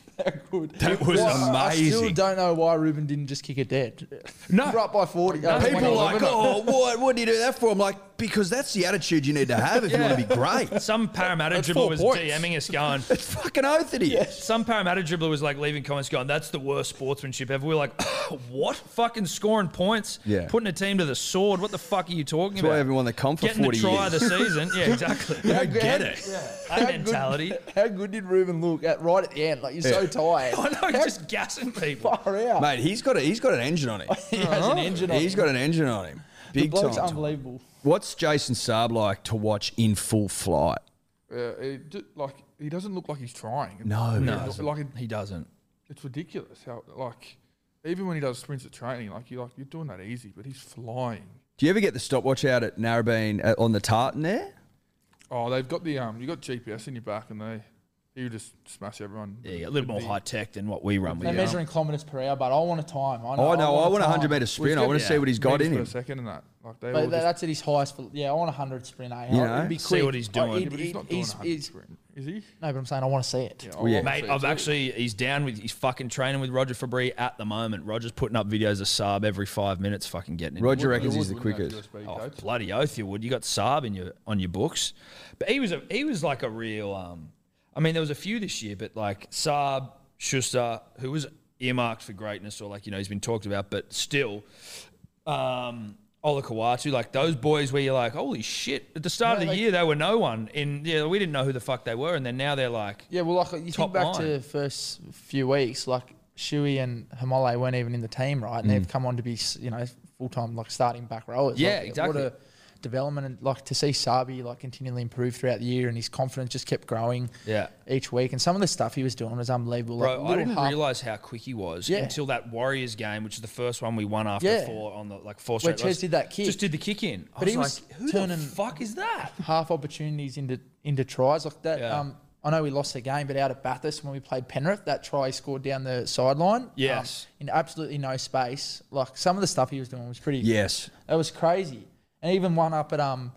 A: Good.
C: [laughs] That was
A: I still
C: amazing.
A: don't know why Ruben didn't just kick it dead.
B: No.
A: [laughs] right by forty. uh,
C: People
A: 20.
C: are like, oh, what? What do you do that for? I'm like, because that's the attitude you need to have if you want to be great.
B: Some Parramatta
D: four
B: dribble was
D: points.
B: DMing us going,
C: It's fucking oath it is.
B: some Parramatta dribbler was like leaving comments going, that's the worst sportsmanship ever. We were like, [laughs] what? Fucking scoring points?
C: Yeah.
B: Putting a team to the sword? What the fuck are you talking
C: That's
B: about?
C: why everyone that come for
B: Getting
C: 40
B: the try
C: years.
B: of the
C: [laughs]
B: season. Yeah, exactly.
C: I get it.
B: That mentality. [laughs]
A: How good did Ruben look at right at the end? Like you're so tired.
C: [laughs]
B: I know,
A: How
B: just gassing people.
A: far out.
C: Mate, he's got a, he's got an engine on him.
A: He has an engine. on
C: He's
A: him.
C: got an engine on him.
A: the
C: Big
A: bloke's
C: time.
A: unbelievable.
C: What's Jason Saab like to watch in full flight?
D: Yeah, Uh, it, ju- like he doesn't look like he's trying.
C: No, he
D: no, like it,
B: He doesn't.
D: it's ridiculous how like even when he does sprints at training, like you like you're doing that easy, but he's flying.
C: Do you ever get the stopwatch out at Narrabeen uh, on the tartan there?
D: Oh, they've got the um, you got GPS in your back, and they you just smash everyone.
B: Yeah, a little more high tech than what we run with.
A: They're measuring kilometres per hour, but I want a time. I know.
C: oh, no, I want a
A: time.
C: 100 metre
D: Well,
C: sprint.
D: it's
C: I want to
D: got-
C: see what he's got
D: meters
C: in
D: per
C: him.
D: second and that, like they all
A: But
D: just,
A: that, that's at his highest. vel- Yeah, I want a hundred sprint. Eh?
C: You
A: It'd
C: know?
A: be
B: See
A: quick. Oh,
B: what he's
A: I-
B: doing.
A: he'd-
D: yeah, but he's
A: he'd-
D: not doing
A: he's-
D: 100
A: he's-
D: sprint, is he? Oh,
A: no, but I'm saying I want to see it.
D: Yeah,
C: Well, yeah.
D: I wanna
B: Mate,
D: see it
B: I've
D: too.
B: actually, he's down with, he's fucking training with Roger Fabri at the moment. Roger's putting up videos of Saab every five minutes, fucking getting into
C: Roger
D: You
C: reckons he's
D: would,
C: the
D: wouldn't that
C: quickest.
D: USB
B: Oh,
D: coach?
B: bloody oath you would. You got Saab in your on your books, but he was a he was like a real. Um, I mean, there was a few this year, but like Saab, Schuster, who was earmarked for greatness or like, you know, he's been talked about, but still, um, Ola Kawatu, like those boys where you're like, holy shit, at the start of the
A: Yeah, they-
B: year, they were no one. In Yeah, we didn't know who the fuck they were. And then now they're like,
A: Yeah, well, like you
B: Top
A: think back to
B: line.
A: the first few weeks, like Shuey and Hamole weren't even in the team, right? And they've come on to be, s- you know, full time like starting back rowers.
B: Yeah,
A: Like,
B: exactly.
A: What a development, and like to see Sabi like continually improve throughout the year, and his confidence just kept growing.
B: Yeah.
A: each week, and some of the stuff he was doing was unbelievable. like,
B: Bro, I
A: little
B: didn't
A: half-
B: realize how quick he was
A: Yeah.
B: until that Warriors game, which is the first one we won after
A: Yeah.
B: four on the like four
A: Where
B: straight.
A: Chez
B: runs.
A: did that kick.
B: Just did the kick in. I
A: But
B: was
A: he was
B: like, who
A: turning-
B: the fuck is
A: [laughs]
B: that?
A: half opportunities into into tries like that.
B: Yeah.
A: Um, I know we lost the game, but out of Bathurst when we played Penrith, that try he scored down the sideline. um,
B: Yes.
A: in absolutely no space. Like some of the stuff he was doing was pretty.
C: Yes.
A: That was crazy. And even one up at um,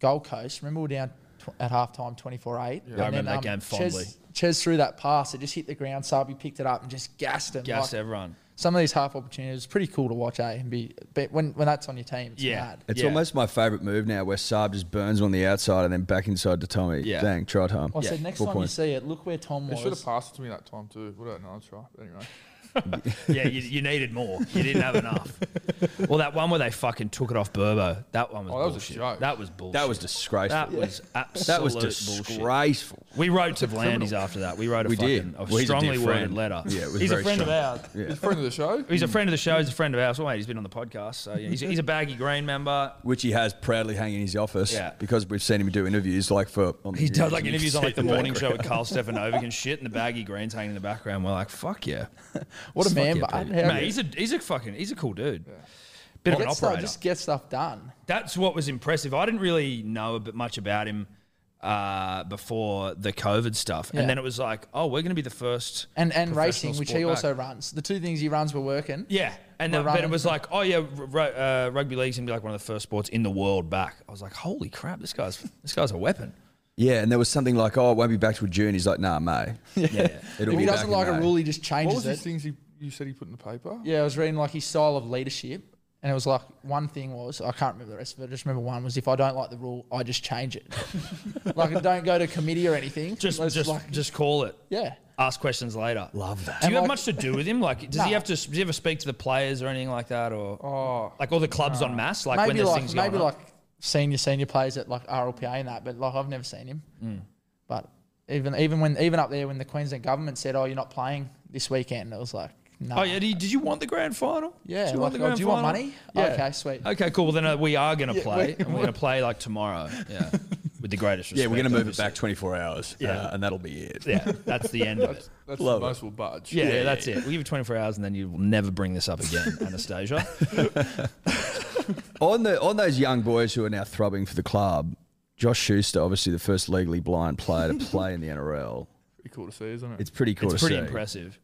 A: Gold Coast. Remember we were down tw- at halftime, twenty four eight.
B: I remember that game fondly.
A: Ches, Ches threw that pass. It just hit the ground. Sabi picked it up and just gassed him.
B: Gassed
A: like,
B: everyone.
A: Some of these half opportunities, it's pretty cool to watch, eh? And be, but when, when that's on your team, it's
B: Yeah.
A: mad.
C: It's
B: Yeah.
C: almost my favourite move now where Saab just burns on the outside and then back inside to Tommy.
B: Yeah.
C: Dang, tried home.
A: I said next
C: Four
A: time
C: points.
A: you see it, look where Tom
D: They
A: was.
D: should have passed it to me that time too. What don't know. I'll try. But anyway,
B: yeah, you, you needed more. You didn't have
A: [laughs]
B: enough. well, that one where they fucking took it off Burbo. That one was
D: Oh, that was a
B: bullshit.
D: joke.
B: that was bullshit.
C: That was disgraceful.
B: That was absolute
C: [laughs] That was
B: bullshit.
C: disgraceful.
B: We wrote to Vlandis after that. We wrote a
C: We did.
B: fucking
C: Well,
B: a
C: he's a dear
B: strongly worded
C: friend.
B: letter.
C: Yeah, it was
B: he's a
C: very
B: friend
C: strong.
B: of ours.
D: he's a friend of the show.
B: He's a friend of the show. He's a friend of ours. Well, mate, he's been on the podcast. So yeah, he's, he's a baggy green member.
C: Which he has proudly hanging in his office
B: Yeah.
C: because we've seen him do interviews like for. um, On
B: He does like interviews on like the morning show with Carl
A: [laughs]
B: Stefanovic and shit, and the baggy greens hanging in the background. We're like, fuck yeah,
A: [laughs] what a man,
C: yeah,
A: but how
C: baby.
B: mate. He's a he's a fucking he's a cool dude. Bit of an
A: Get stuff-
B: operator.
A: uh, just get stuff done.
B: That's what was impressive. I didn't really know a bit much about him uh, before the COVID stuff,
A: Yeah.
B: and then it was like, oh, we're going to be the first
A: And and
B: professional
A: racing, which
B: sport
A: he
B: back.
A: also runs. The two things he runs were working.
B: Yeah, and
A: We're
B: that, but it
A: running.
B: was like, oh yeah, r- r- uh, rugby league's gonna be like one of the first sports in the world back. I was like, holy crap, this guy's this guy's a weapon.
C: Yeah, and there was something like, oh, it won't be back till June. He's like, nah, May.
B: [laughs] Yeah,
C: It'll be
A: If he doesn't
C: back
A: like
C: in
A: a
C: May.
A: rule, he just
D: What
A: changes
D: was
A: it.
D: these things he, you said he put in the paper?
A: Yeah, I was reading like his style of leadership, and it was like one thing was I can't remember the rest of it. I just remember one was if I don't like the rule, I just change it. [laughs] like I don't go to committee or anything.
B: just
A: Let's
B: just
A: like-
B: just call it.
A: yeah.
B: Ask questions later. Love that. Do
A: And
B: you have
A: like-
B: much to do with him? Like, does he
A: Nah.
B: have to? Do you ever speak to the players or anything like that, or
D: Oh,
B: like all the clubs on mass? Like when
A: maybe
B: there's
A: like
B: things
A: maybe
B: going
A: like
B: on.
A: senior senior players at like RLPA and that, but like I've never seen him.
B: Hmm.
A: But even even when even up there when the Queensland government said, "Oh, you're not playing this weekend," it was like, "No."
B: Oh yeah, did you, did you want the grand final?
A: Yeah,
B: Did you want
A: like,
B: the
A: oh,
B: grand
A: do you want
B: final?
A: money?
B: Yeah.
A: Okay, sweet.
B: Okay, cool. Well, then uh, we are going to play, and we're
A: [laughs]
B: going to play like tomorrow. Yeah, with the greatest respect.
C: Yeah, we're going to move it
B: obviously.
C: back 24 hours. Yeah.
B: Yeah.
C: and that'll be it.
B: Yeah, that's the end
C: [laughs]
B: of it.
D: that's
C: Love
D: the
C: it.
D: most will budge.
B: Yeah, yeah, that's it. We'll give you 24 hours and then you will never bring this up
C: [laughs]
B: again, Anastasia.
C: On the on those young boys who are now throbbing for the club, Josh Schuster, obviously the first legally blind player to play in the NRL.
D: Pretty cool to see, isn't it?
C: It's pretty cool
B: It's
C: to
B: pretty
C: see.
B: impressive.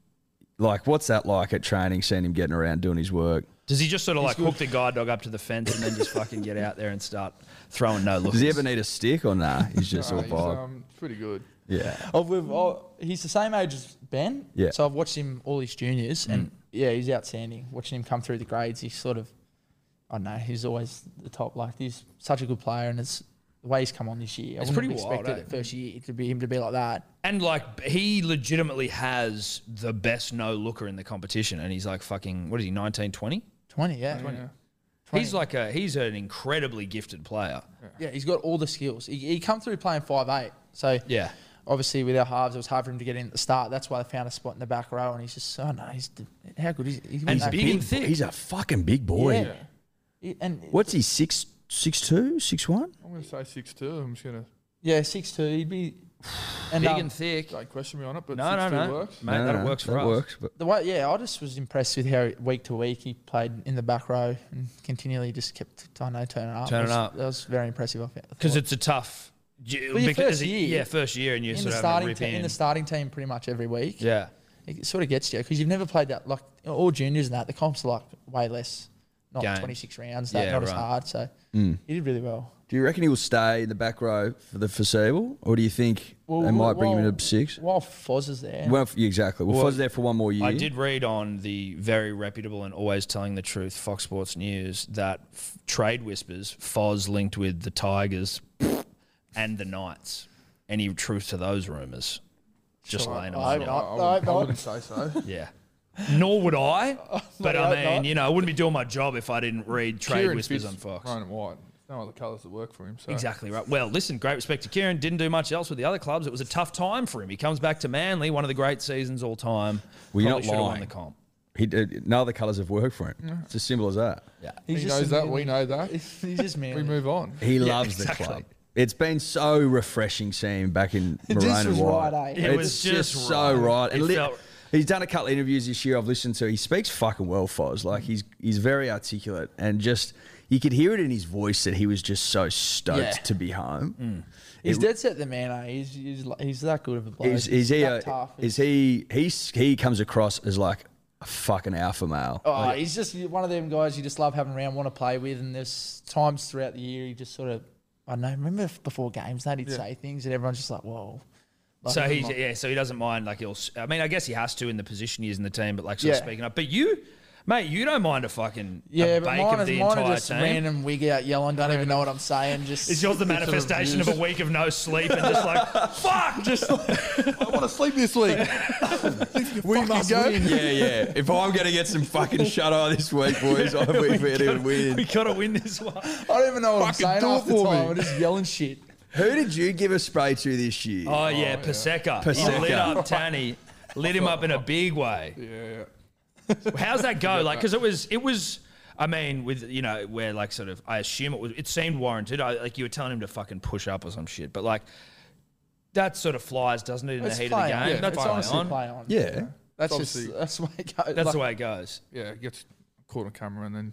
C: Like, what's that like at training? Seeing him getting around doing his work.
B: Does he just sort of like hook the guide dog up to the fence and then just fucking get out there and start throwing no looks?
C: Does he ever need a stick or nah?
B: [laughs]
C: He's just
D: Nah,
C: all
D: he's,
C: vibe.
D: um, it's pretty good.
C: yeah.
A: I've, we've, oh, he's the same age as Ben.
C: Yeah.
A: So I've watched him all his juniors,
B: Hmm.
A: and yeah, he's outstanding. Watching him come through the grades, he's sort of, I don't know, he's always the top. Like he's such a good player, and it's the way he's come on this year. I
B: It's
A: wouldn't
B: pretty
A: have
B: wild,
A: expected
B: eh?
A: it first year to be him to be like that.
B: and like he legitimately has the best no looker in the competition and he's like fucking, what is he, 19, 20?
A: Twenty, yeah,
D: Yeah.
B: He's like a, he's an incredibly gifted player.
A: yeah. He's got all the skills. He, he come through playing five eight. So
B: Yeah.
A: obviously with our halves, it was hard for him to get in at the start. That's why they found a spot in the back row, and he's just, oh no, he's how good is he?
B: And
A: He's
B: big and thick.
C: He's a fucking big boy.
A: Yeah. He- And
C: What's he? Six, six two, six one?
D: I'm going to say six two. I'm just going to
A: Yeah, six two. He'd be [sighs] and,
B: big
A: um,
B: and thick.
D: don't question me on it, but
B: No, no,
D: 6'2"
B: no.
D: works.
B: Mate, that works for
C: that
B: us.
C: Works, but
A: the way, yeah, I just was impressed with how week to week he played in the back row and continually just kept, I know, turning up.
B: Turning
A: That was-
B: up.
A: That was very impressive. I think.
B: Because it's a tough. you-
A: Well, your
B: because
A: first
B: it-
A: year-
B: yeah, first year and you
A: in the
B: sort of have to
A: starting
B: rip
A: team,
B: in.
A: in. the starting team pretty much every week.
B: yeah.
A: It sort of gets you because you've never played that like all juniors and that the comps are like way less, not
B: Games.
A: twenty six rounds, that
B: Yeah,
A: not as
B: right.
A: hard. So
C: Hmm.
A: he did really well.
C: do you reckon he will stay in the back row for the foreseeable, or do you think they might bring him in at six?
A: While Foz is there,
C: Well, f- yeah, exactly. Well, Foz there for one more year.
B: I did read on the very reputable and always telling the truth Fox Sports News that f- trade whispers Foz linked with [laughs] the Tigers and the Knights. Any truth to those rumors? Just
A: Sure,
B: laying
A: I-
B: them on.
D: I, I,
A: I-
D: wouldn't- I
A: I-
D: wouldn't say
A: [laughs]
D: so.
B: Yeah. Nor would I. But I
A: hope
B: mean,
A: not.
B: you know, I wouldn't be doing my job if I didn't read Trade
D: Kieran
B: Whispers
D: fits
B: on Fox.
D: Brown and white. No other colours that work for him. So.
B: Exactly right. Well, listen, great respect to Kieran. Didn't do much else with the other clubs. It was a tough time for him. He comes back to Manly, one of the great seasons all time.
C: Well, you're
B: Probably
C: not
B: should've won
C: lying.
B: the comp.
C: He did, none of the colours have worked for him. It's as simple as that.
D: He knows that. We know that.
A: [laughs] He's just
D: We
A: man.
D: move on.
C: He loves
B: exactly.
C: the club. It's been so refreshing seeing him back in
A: just
C: maroon and
A: was
C: white.
A: right, eh?
B: It
C: it's
B: was
C: just,
B: just right.
C: so right. And
B: It
C: li-
B: felt-
C: he's done a couple of interviews this year. I've listened to. He speaks fucking well, Foz. Like he's he's very articulate and just you could hear it in his voice that he was just so stoked
A: Yeah.
C: to be home.
B: Mm.
A: He's
C: It-
A: dead set the man. eh? He's he's li- he's that good of a player.
C: Is, is he? A,
A: that tough.
C: is he? He he comes across as like a fucking alpha male. [laughs]
A: Oh, he's just one of them guys you just love having around, want to play with, and there's times throughout the year he just sort of, I don't know. Remember f- before games, they would say things, and everyone's just like, "Whoa." Like, "Oh
B: So he,
A: never mind.
B: yeah, so he doesn't mind. Like he'll, s- I mean, I guess he has to in the position he is in the team, but like sort of
A: Yeah.
B: speaking up. But you, mate, you don't mind a fucking
A: yeah,
B: a
A: but
B: bake
A: mine,
B: of
A: is,
B: the
A: mine are
B: entire
A: just
B: team.
A: random wig out yelling. Don't even know what
B: [laughs]
A: I'm saying. Just
B: Is yours the manifestation of a week of no sleep and just like
A: [laughs]
B: fuck? Just
D: I want to sleep this week.
A: we must win.
E: Yeah, yeah. If I'm going to get some fucking shut eye this week, boys, I we better
B: [laughs] [laughs] we
E: win.
B: gotta win this one.
A: I don't even know what I'm
D: Fucking
A: saying
D: do it
A: half the
D: for me.
A: time. I'm just
B: [laughs]
A: yelling shit.
C: Who did you give a spray to this year?
B: Oh, yeah, Paseka. He
C: Paseka.
B: lit up Tanny, lit him up in a big way.
D: yeah.
B: How's that go? Like, because it was, it was. I mean, with you know, where like sort of, I assume it was. It seemed warranted. I, like you were telling him to fucking push up or some shit, but like that sort of flies, doesn't it, in
A: It's
B: the heat
A: play
B: of
A: on.
B: the game?
A: it's
B: That's play
A: honestly
B: on.
A: play on.
C: yeah.
A: That's
D: Obviously-
A: just that's the way it goes.
B: That's
A: Like,
B: the way it goes.
D: yeah, it gets caught on camera and then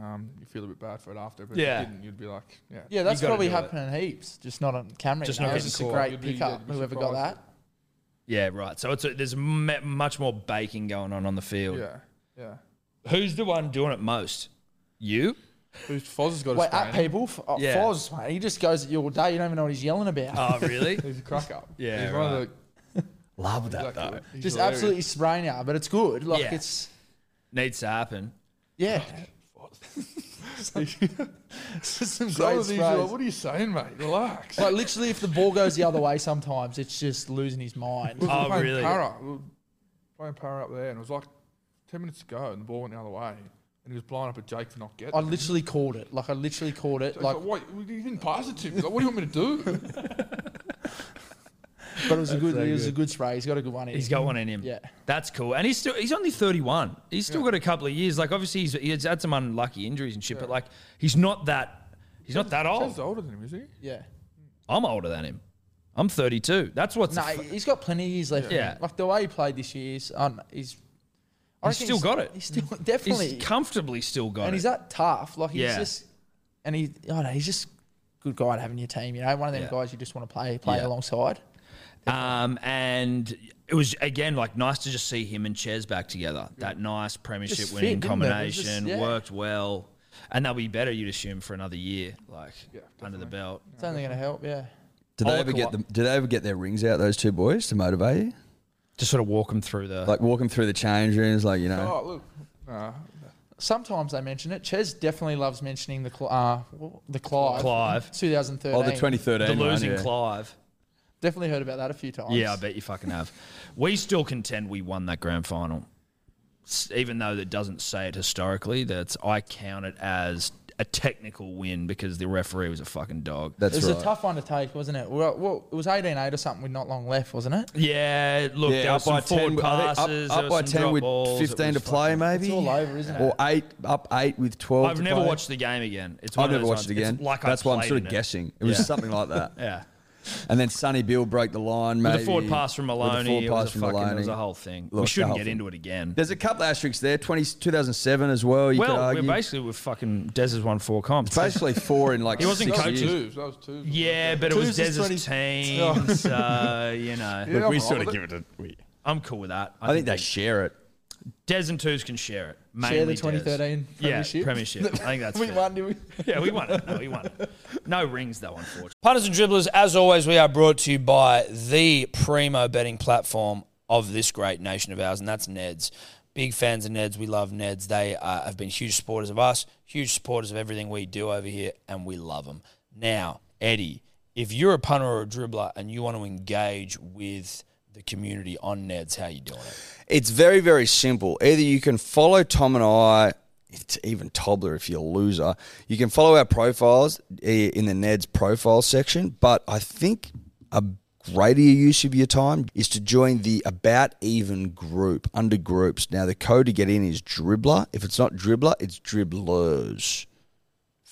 D: um, you feel a bit bad for it after. But
B: Yeah.
D: if you didn't, you'd be like, yeah.
A: yeah, that's
B: gotta
A: probably
B: do it.
A: happening heaps, just not on camera.
B: Just
A: Just
B: not
A: not. It's
B: getting
A: just a
D: caught.
A: great
D: You'd be-
A: pickup.
D: you'd be
A: Whoever got
D: surprised.
A: that.
B: Yeah, right. So it's a, there's me- much more baking going on on the field.
D: Yeah. Yeah.
B: Who's the one doing it most? You?
D: Who's Foz has got a
A: Wait, at
D: spray. in it.
A: people, F- uh,
B: Yeah.
A: Foz, mate, he just goes at you all day. You don't even know what he's yelling about.
B: Oh, really?
D: He's a crack up.
B: Yeah,
D: He's one
B: right.
D: of
C: Love
D: the.
C: that
D: Exactly.
C: though.
D: He's
A: just
D: hilarious.
A: absolutely spraying you, but it's good. Like
B: Yeah.
A: it's
B: Needs to happen. [laughs]
A: yeah. [laughs] some, [laughs] some
D: Some
A: great Oh,
D: of these, you're like,
A: sprays.
D: what are you saying, mate? Relax.
A: Like literally, if the ball goes the other way, sometimes it's just losing his mind.
D: We were
B: Oh,
D: playing
B: really?
D: Para. We were playing Para up there, and it was like 10 minutes ago, and the ball went the other way. And he was blowing up at Jake for not
A: I
D: getting it.
A: literally called it. Like I literally called it.
D: He's Like,
A: Like,
D: what? You didn't pass it to me. He's Like, what do you want me to
A: [laughs]
D: do?
A: but it was a good, it was a good spray. He's got a good one. in.
B: He's got one in him.
A: Yeah.
B: That's cool. And he's still he's only 31. He's still got a couple of years. Like obviously he's he's had some unlucky injuries and shit, but like he's not that he's not that
A: Oh.
D: He's
B: old.
D: older than him, is he?
A: Yeah.
B: I'm older than him. I'm 32. That's what's
A: No,
B: the fu-
A: he's got plenty of years left.
B: Yeah.
A: Yeah. Like the way he played this year is, um, he's. I
B: He's
A: reckon
B: still got it.
A: He's still
B: he's
A: definitely.
B: comfortably still got
A: and
B: it.
A: he's that tough. Like he's
B: Yeah.
A: just, and he, I don't know, he's just good guy to have in your team. You know, one of them
B: Yeah.
A: guys you just want to play play
B: Yeah.
A: alongside.
B: um, and it was again like nice to just see him and Ches back together. That nice premiership
A: Just fit,
B: winning
A: didn't it? It was
B: combination
A: just- yeah.
B: worked well. And they'll be better, you'd assume, for another year, like under the belt.
A: It's only going to help. Yeah.
C: Do they
B: Oliver
C: ever
B: Kawhi-
C: get them? Do they ever get their rings out? Those two boys to motivate you,
B: Just sort of walk them through the
C: like walking through the change rooms, like you know.
D: Oh, look. Nah.
A: Sometimes they mention it. Ches definitely loves mentioning the Cl- uh, the Clive.
B: Clive.
A: 2013.
C: Oh, the 2013
B: the
C: one,
B: losing
C: yeah.
B: Clive.
A: Definitely heard about that a few times.
B: Yeah, I bet you fucking have. We still contend we won that grand final, S- even though that doesn't say it historically. That's I count it as a technical win because the referee was a fucking dog.
A: It
C: That's
A: was
C: right.
A: a tough one to take, wasn't it? Well, well, it was 18 8 or something with not long left, wasn't it?
B: yeah, look, there were some forward
C: I think
B: passes.
C: Up,
B: there were
C: up by
B: some
C: ten
B: drop
C: with
B: balls, it
C: fifteen to
B: was
C: play,
B: fucking-
C: maybe.
A: It's all over, isn't it?
C: Or eight up eight with twelve.
B: I've
C: to
B: never
C: play.
B: watched the game again. It's one
C: I've
B: of
C: never
B: those
C: watched
B: ones-
C: it again.
B: It's like I
C: That's why I'm
B: played
C: sort
B: in
C: of
B: it.
C: guessing. It was
B: Yeah.
C: something like that.
B: Yeah.
C: And then Sonny Bill broke the line. Maybe
B: The forward pass from
C: With the forward
B: Maloney. It
C: pass
B: was, a
C: from
B: fucking, it was
C: Maloney.
B: a whole thing.
C: Look,
B: we
C: the
B: shouldn't
C: whole
B: get
C: thing.
B: into it again.
C: There's a couple of asterisks there. 20, 2007 as well. You could
B: well, we're
C: argue.
B: basically we're fucking Dez's won four comps.
C: basically four in
B: [laughs]
C: like
B: He wasn't
C: six
D: That was
B: coaching.
C: years.
D: twos. That was twos.
B: Yeah, but it was
A: Tuesday's
B: Dez's
A: [laughs] Oh.
B: team, so you
E: [laughs]
B: know.
D: Yeah, I'm all with
E: it a. We,
B: I'm cool with that.
C: I think they share it.
B: Dez and Twos can share it. Mainly
A: Share the
B: Dez.
A: 2013
B: Yeah,
A: premiership.
B: premiership. I think that's
A: [laughs] we
B: fair.
A: won, did we?
B: Yeah, we won it. No, we won it. No rings, though, unfortunately. Punters and dribblers, as always, we are brought to you by the primo betting platform of this great nation of ours, and that's Neds. Big fans of Neds. We love Neds. They uh, have been huge supporters of us, huge supporters of everything we do over here, and we love them. Now, Eddie, if you're a punter or a dribbler and you want to engage with the community on Neds how you doing it?
C: It's very, very simple. Either you can follow Tom and I, it's even Tobler if you're a loser. You can follow our profiles eh, in the Ned's profile section, but I think a greater use of your time is to join the About Even group under groups. Now, the code to get in is Dribbler. If it's not Dribbler, it's Dribblers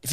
B: if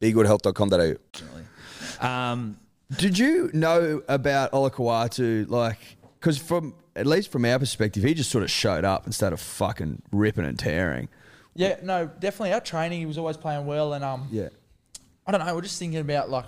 C: BeGoodHealth.com.au.
B: Um,
F: Did you know about Olakawatu? Like, because from at least from our perspective, he just sort of showed up and started fucking ripping and tearing.
A: Yeah, no, definitely our training. He was always playing well, and um,
F: Yeah,
A: I don't know. We're just thinking about like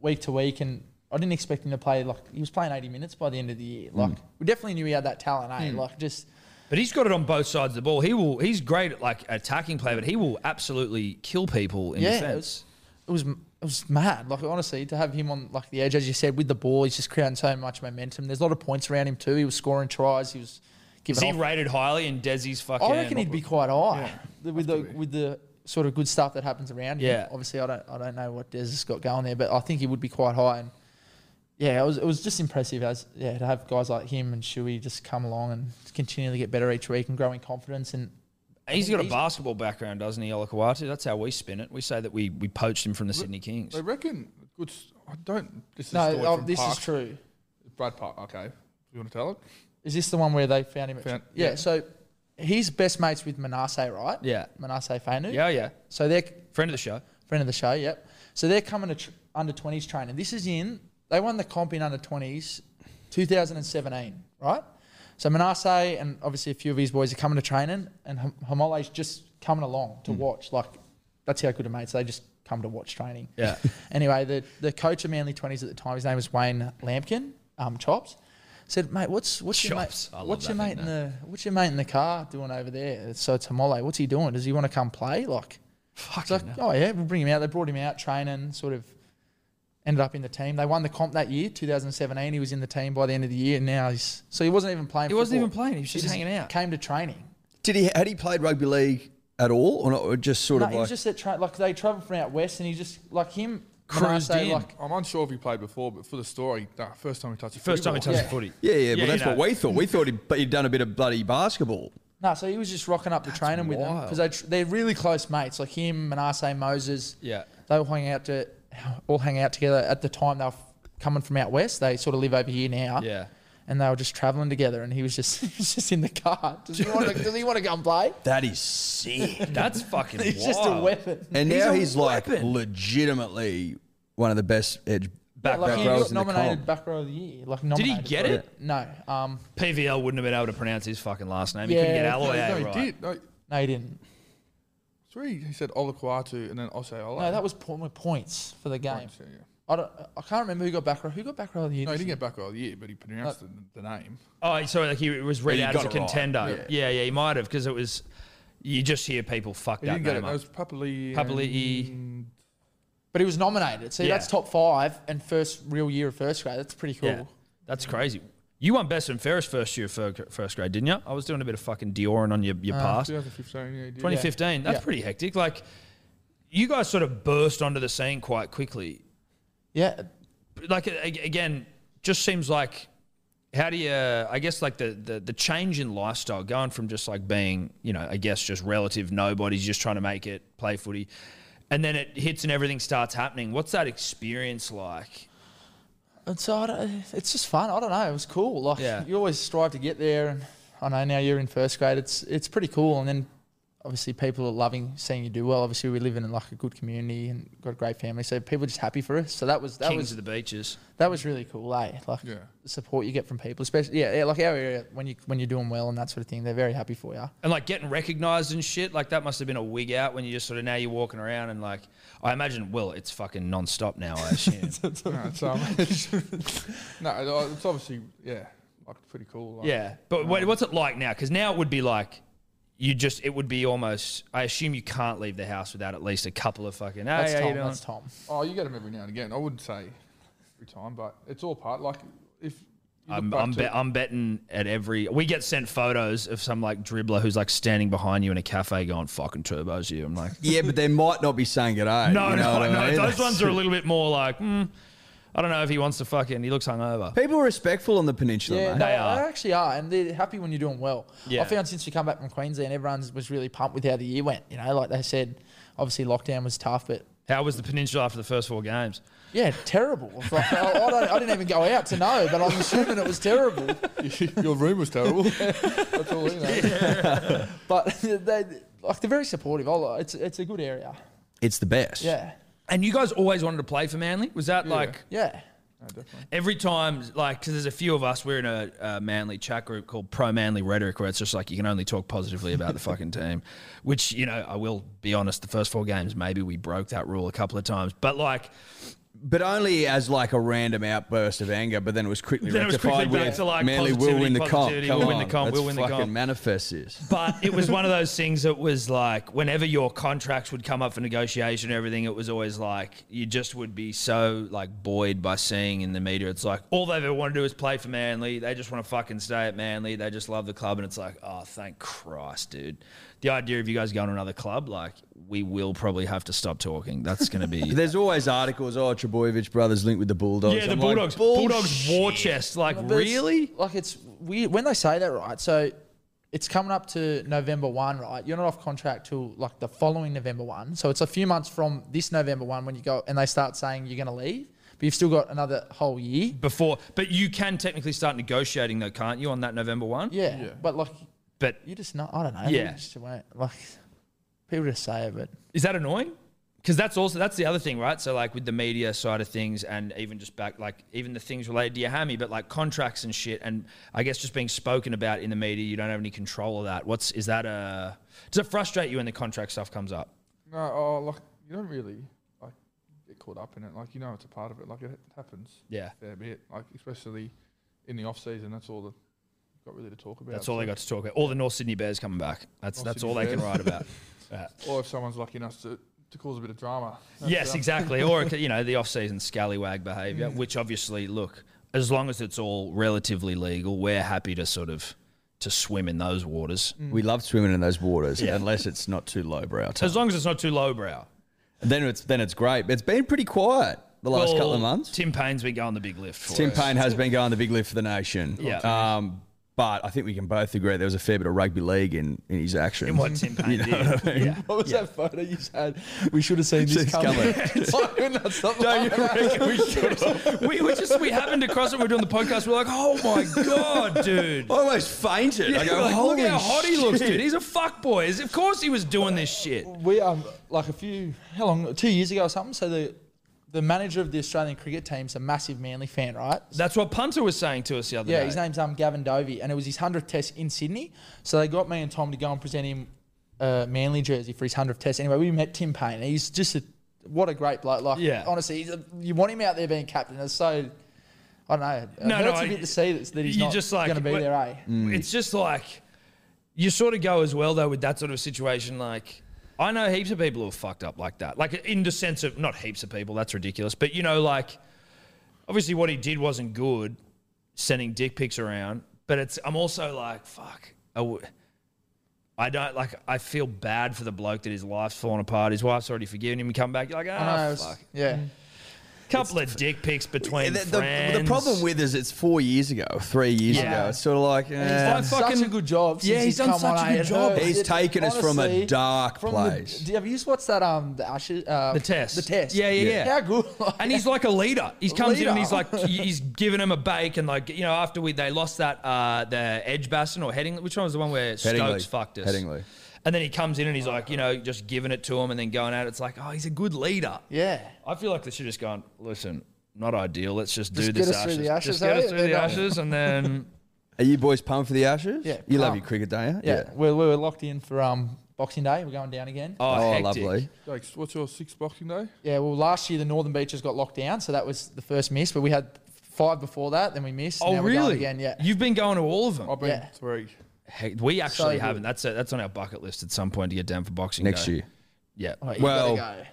A: week to week, and I didn't expect him to play like he was playing 80 minutes by the end of the year. Like
B: Mm.
A: we definitely knew he had that talent, eh? Like just
B: But he's got it on both sides of the ball. He will. He's great at like attacking play, but he will absolutely kill people in
A: yeah, it
B: defense.
A: was, it was m- it was mad. Like honestly, to have him on like the edge, as you said, with the ball, he's just creating so much momentum. There's a lot of points around him too. He was scoring tries. He was
B: Is
A: giving.
B: he
A: off-
B: rated highly in Desi's fucking?
A: I reckon he'd be quite high with the with the sort of good stuff that happens around him.
B: Yeah.
A: Obviously, I don't I don't know what Des has got going there, but I think he would be quite high. And yeah, it was it was just impressive as yeah to have guys like him and Shuey just come along and continually get better each week and grow in confidence. And
B: He's got a
A: He's-
B: basketball background, doesn't he, Olakawatu? That's how we spin it. We say that we, we poached him from the Sydney Kings.
D: I reckon good. s- I don't. This is
A: no,
D: story
A: oh,
D: from
A: this
D: Park.
A: is true.
D: Brad Park. Okay, you want to tell it?
A: Is this the one where they found him? At
D: Found-
A: yeah,
D: yeah.
A: So he's best mates with Manasseh, right?
B: Yeah.
A: Manasseh Fainu.
B: Yeah, yeah.
A: So they're
B: Friend of the show.
A: friend of the show. Yep. So they're coming to tr- under 20s training. This is in they won the comp in under 20s, 2017, right? So Manasseh and obviously a few of his boys are coming to training, and Ham- Hamole's just coming along
B: Hmm.
A: to watch. Like that's how good of mates they just come to watch training.
B: Yeah.
A: [laughs] anyway, the the coach of Manly 20s at the time, his name was Wayne Lampkin, um, Chops. Said, mate, what's what's
B: Chops. I
A: your
B: love
A: mate? What's
B: that
A: your
B: thing,
A: mate in the what's your mate in the car doing over there? So it's Hamole. What's he doing? Does he want to come play? Like, it's like, oh yeah, we'll bring him out. They brought him out training, sort of ended up in the team. They won the comp that year, 2017. He was in the team by the end of the year. and Now he's so he wasn't even playing.
B: He wasn't even
A: football.
B: playing. He was just hanging out.
A: Came to training.
F: did he? Had he played rugby league at all, or not? Or just sort
A: No,
F: of
A: he
F: like
A: was just at tra- like they travelled from out west, and he just like him.
B: Cruised
A: Manasseh,
B: in.
A: Like,
D: I'm unsure if he played before, but for the story, nah, first time he touched. a
B: First time he
D: football.
B: touched the footy.
F: yeah, yeah. But
B: you
F: that's
B: know.
F: what we thought. We thought he'd, but he'd done a bit of bloody basketball.
A: no, so he was just rocking up to training with them because they tr- they're really close mates. Like him, Manasseh, Moses.
B: Yeah.
A: they all hang out to all hang out together at the time they were f- coming from out west. They sort of live over here now.
B: Yeah.
A: and they were just traveling together, and he was just [laughs] he was just in the car. Does he want to? Does he want to go and play? [laughs]
F: That is sick.
B: That's fucking
A: He's
B: wild.
A: just a weapon.
F: and
B: He's
F: now
B: a
F: he's like
B: weapon.
F: legitimately one of the best edge
A: Yeah,
F: back
A: like he
F: rows
A: got
F: in the comp.
A: nominated back row of the year. Like nominated
B: get
A: for
B: it?
A: No, um,
B: PVL wouldn't have been able to pronounce his fucking last name. He
A: Yeah.
B: couldn't get
A: No,
B: Alloy
D: No, he
B: right.
D: did. No,
A: no, he didn't.
D: three. He said Olaquatu and then Osei Ola.
A: No, that was po- my points for the game.
D: Points, yeah, yeah.
A: I, don't, I can't remember who got back row. Who got back row of the year?
D: No, he
A: this
D: didn't
A: year?
D: get back all year, but he pronounced the, the name.
B: Oh, so like he was read
E: Yeah, you
B: out as a
E: got it right.
B: contender. Yeah. yeah, he might have because it was. You just hear people fuck
D: He
B: that
D: didn't get
B: name
D: it.
B: up.
D: That was Papali.
B: Papali'i.
D: and-
A: But he was nominated. See,
B: Yeah.
A: that's top five and first real year of first grade. That's pretty cool.
B: Yeah, that's crazy. You won best and fairest first year for first grade, didn't you? I was doing a bit of fucking Diorin on your
A: Ah,
B: your past.
D: 2015. Yeah, he did.
B: 2015. That's
A: Yeah.
B: pretty hectic. Like, you guys sort of burst onto the scene quite quickly.
A: Yeah,
B: Like a- a- again, just seems like how do you? I guess like the, the the change in lifestyle, going from just like being you know I guess just relative nobody's just trying to make it play footy, and then it hits and everything starts happening. What's that experience like?
A: And so I don't, it's just fun. I don't know. It was cool. Like
B: Yeah.
A: you always strive to get there, and I know now you're in first grade. It's it's pretty cool. And then obviously people are loving seeing you do well. Obviously we live in like a good community and got a great family, so people are just happy for us. So that was that
B: Kings
A: was
B: of the beaches.
A: that was really cool, eh? Like
D: Yeah.
A: the support you get from people, especially yeah, yeah, like our area when you when you're doing well and that sort of thing, they're very happy for you.
B: And like getting recognized and shit, like that must have been a wig out when you just sort of now you're walking around and like I imagine, well, it's fucking nonstop now. I assume.
D: No,
B: [laughs]
D: it's, um, [laughs] no, it's obviously yeah, like pretty cool. Like,
B: yeah, but wait, what's it like now? Because now it would be like you just it would be almost. I assume you can't leave the house without at least a couple of fucking. Hey,
A: That's
B: how you
A: Tom.
B: doing?"
A: That's Tom.
D: Oh, you get them every now and again. I wouldn't say every time, but it's all part. Like if you look
B: I'm
D: back
B: I'm,
D: to-
B: bet I'm betting at every. We get sent photos of some like dribbler who's like standing behind you in a cafe going fucking turbos you. I'm like,
C: Yeah, but they might not be saying it. eh?
B: no,
C: You know
B: no,
C: what I
B: no.
C: mean?
B: Those ones are a little bit more [laughs] like. Hmm, I don't know if he wants to fucking. He looks hungover.
C: People are respectful on the peninsula,
A: Yeah,
C: mate.
A: no,
B: They
A: they
B: are.
A: actually are, and they're happy when you're doing well.
B: Yeah.
A: I found since we come back from Queensland, everyone was really pumped with how the year went. You know, like they said, obviously lockdown was tough, but
B: How was the peninsula after the first four games?
A: yeah, terrible. It's Like, I, I, don't, I didn't even go out to know, but I'm assuming it was terrible.
D: [laughs] your room
B: [laughs]
D: was terrible. That's all you know.
A: But [laughs] they like they're very supportive. I like- It's it's a good area.
C: It's the best.
A: Yeah,
B: And you guys always wanted to play for Manly. Was that like
A: yeah.
D: No, definitely.
B: every time? Like, because there's a few of us. We're in a, uh Manly chat group called Pro Manly Rhetoric, where it's just like you can only talk positively about the fucking team. Which you know, I will be honest. The first four games, maybe we broke that rule a couple of times, but like
C: But only as like a random outburst of anger, but then it was quickly
B: Then it was quickly
C: rectified
B: back
C: with
B: to, like,
C: Manly will
B: positivity,
C: win the comp.
B: positivity,
C: Come
B: we'll win the
C: on,
B: comp,
C: let's
B: we'll win the
C: fucking
B: comp.
C: manifest this.
B: But it was one of those things that was like whenever your contracts would come up for negotiation and everything, it was always like you just would be so like buoyed by seeing in the media. It's like all they've ever wanted to do is play for Manly. They just want to fucking stay at Manly. They just love the club. And it's like, oh, thank Christ, dude. The idea of you guys going to another club, like we will probably have to stop talking. That's going to be.
C: There's always articles, oh, Trebojevic brothers linked with the Bulldogs.
B: yeah, the
C: I'm like,
B: Bulldogs. Bulldogs war chest. Like,
A: But it's-
B: really?
A: Like it's weird when they say that, right? So it's coming up to November one, right? You're not off contract till like the following November one, so it's a few months from this November one when you go and they start saying you're going to leave, but you've still got another whole year.
B: Before, but you can technically start negotiating though, can't you, on that November one?
A: Yeah,
D: Yeah.
A: but like
B: But
A: you just not. I don't know.
B: Yeah.
A: You just won't- like people just say it, but
B: Is that annoying? Because that's also that's the other thing, right? So like with the media side of things, and even just back like even the things related to your hammy, but like contracts and shit, and I guess just being spoken about in the media, you don't have any control of that. What's is that a? Does it frustrate you when the contract stuff comes up?
D: No, oh, like you don't really like get caught up in it. Like you know, it's a part of it. Like it happens
B: Yeah,
D: a fair bit. Like especially in the off season, that's all that you've got really to talk about.
B: that's all
D: so-
B: they got to talk about. All the North Sydney Bears coming back. That's
D: North
B: that's
D: Sydney
B: all they can
D: Bears.
B: write about. Yeah.
D: Or if someone's lucky enough to, to cause a bit of drama. [laughs] That's,
B: Yes,
D: um,
B: exactly. Or [laughs] it could- you know the off-season scallywag
D: Mm.
B: behaviour, which obviously look as long as it's all relatively legal, we're happy to sort of to swim in those waters.
C: We love swimming in those waters, unless it's not too lowbrow.
B: As long as it's not too lowbrow.
C: Then it's then it's great. But it's been pretty quiet the last
B: Well,
C: couple of months.
B: Tim Payne's been going the big lift for
C: Tim
B: us.
C: Payne has been going the big lift for the nation.
B: Yeah.
C: Um, but I think we can both agree there was a fair bit of rugby league in, in his action.
B: And what
C: [laughs]
B: Tim Payne
C: You know
B: did.
C: what I mean?
B: Yeah.
A: what was that photo you had? We should have seen
C: this It's coming. coming.
B: [laughs]
A: [laughs]
B: we were just we happened to cross it. We are doing the podcast. We're like, oh my god, dude.
C: [laughs] I almost fainted.
B: Yeah,
C: I go,
B: we're like, look
C: holy
B: how hot he looks,
C: shit."
B: dude.
C: [laughs]
B: He's a fuck boy. Of course he was doing this shit.
A: we um like a few how long two years ago or something. So the the manager of the Australian cricket team's a massive Manly fan, right?
B: That's what Punter was saying to us the other
A: Yeah,
B: day.
A: his name's um Gavin Dovey, and it was his hundredth test in Sydney. So they got me and Tom to go and present him a Manly jersey for his hundredth test. Anyway, we met Tim Payne. He's just a what a great bloke. Like,
B: Yeah.
A: honestly, he's a, you want him out there being captain. It's so. I don't know.
B: No,
A: No,
B: no,
A: it's
B: I-
A: a bit to see that, that he's
B: you're
A: not
B: just like,
A: going to be
B: what-
A: there, eh?
B: It's just like you sort of go as well though with that sort of situation. Like I know heaps of people who are fucked up like that. Like in the sense of not heaps of people, that's ridiculous. But you know, like obviously what he did wasn't good, sending dick pics around. But it's I'm also like fuck. I w- I don't like. I feel bad for the bloke that his life's fallen apart. His wife's already forgiven him. and Come back, you're like,
A: I know,
B: ah,
A: it's-
B: fuck.
A: yeah.
B: Couple of dick pics between
C: The, the- the
B: friends.
C: problem with is it's four years ago, three years
B: Yeah.
C: ago. It's sort of like
A: And he's
C: eh,
A: done such a good job. Since
B: Yeah, he's done
A: come
B: such
A: on,
B: a good
A: eh? It
B: job.
A: hurts.
C: He's
A: It-
C: taken us from a
A: honestly,
C: dark
A: from
C: place.
A: The, have you just watched that? Um, the Usher, uh,
B: The test.
A: the test.
B: Yeah, yeah, Yeah. yeah.
A: How good? [laughs]
B: And he's like a leader. He's comes in and he's like
A: Leader.
B: he's giving him a bake and like you know after we they lost that uh the edge bassin or heading which one was the one where
C: Headingley.
B: Stokes fucked us.
C: Headingley.
B: And then he comes in and he's like you know just giving it to him and then going out. It's like oh he's a good leader.
A: yeah.
B: I feel like they should just gone. Listen, not ideal. Let's just,
A: Just
B: do
A: get
B: this
A: us
B: ashes.
A: through the ashes,
B: Just get
A: eh?
B: us through
A: And
B: the
A: then-
B: ashes and
A: [laughs]
B: then
C: Are you boys pumped for the Ashes?
A: Yeah,
C: You love
A: pumped.
C: your cricket, don't you?
A: Yeah, We, we were locked in for um, Boxing Day. We're going down again.
B: oh,
C: Oh,
B: hectic.
C: lovely.
D: Jake, what's your sixth boxing day?
A: Yeah, well, last year the Northern Beaches got locked down, so that was the first miss. But we had five before that, then we missed.
B: Oh
A: now we're going
B: really?
A: Again, yeah.
B: You've been going to all of them.
D: I've been
A: Yeah.
D: three.
B: Heck, we
A: So
B: actually
A: good.
B: haven't. That's a, that's on our bucket list at some point to get down for boxing
C: Next
B: Day.
C: year.
B: Yeah.
A: Oh, you
C: Well-
A: gotta go.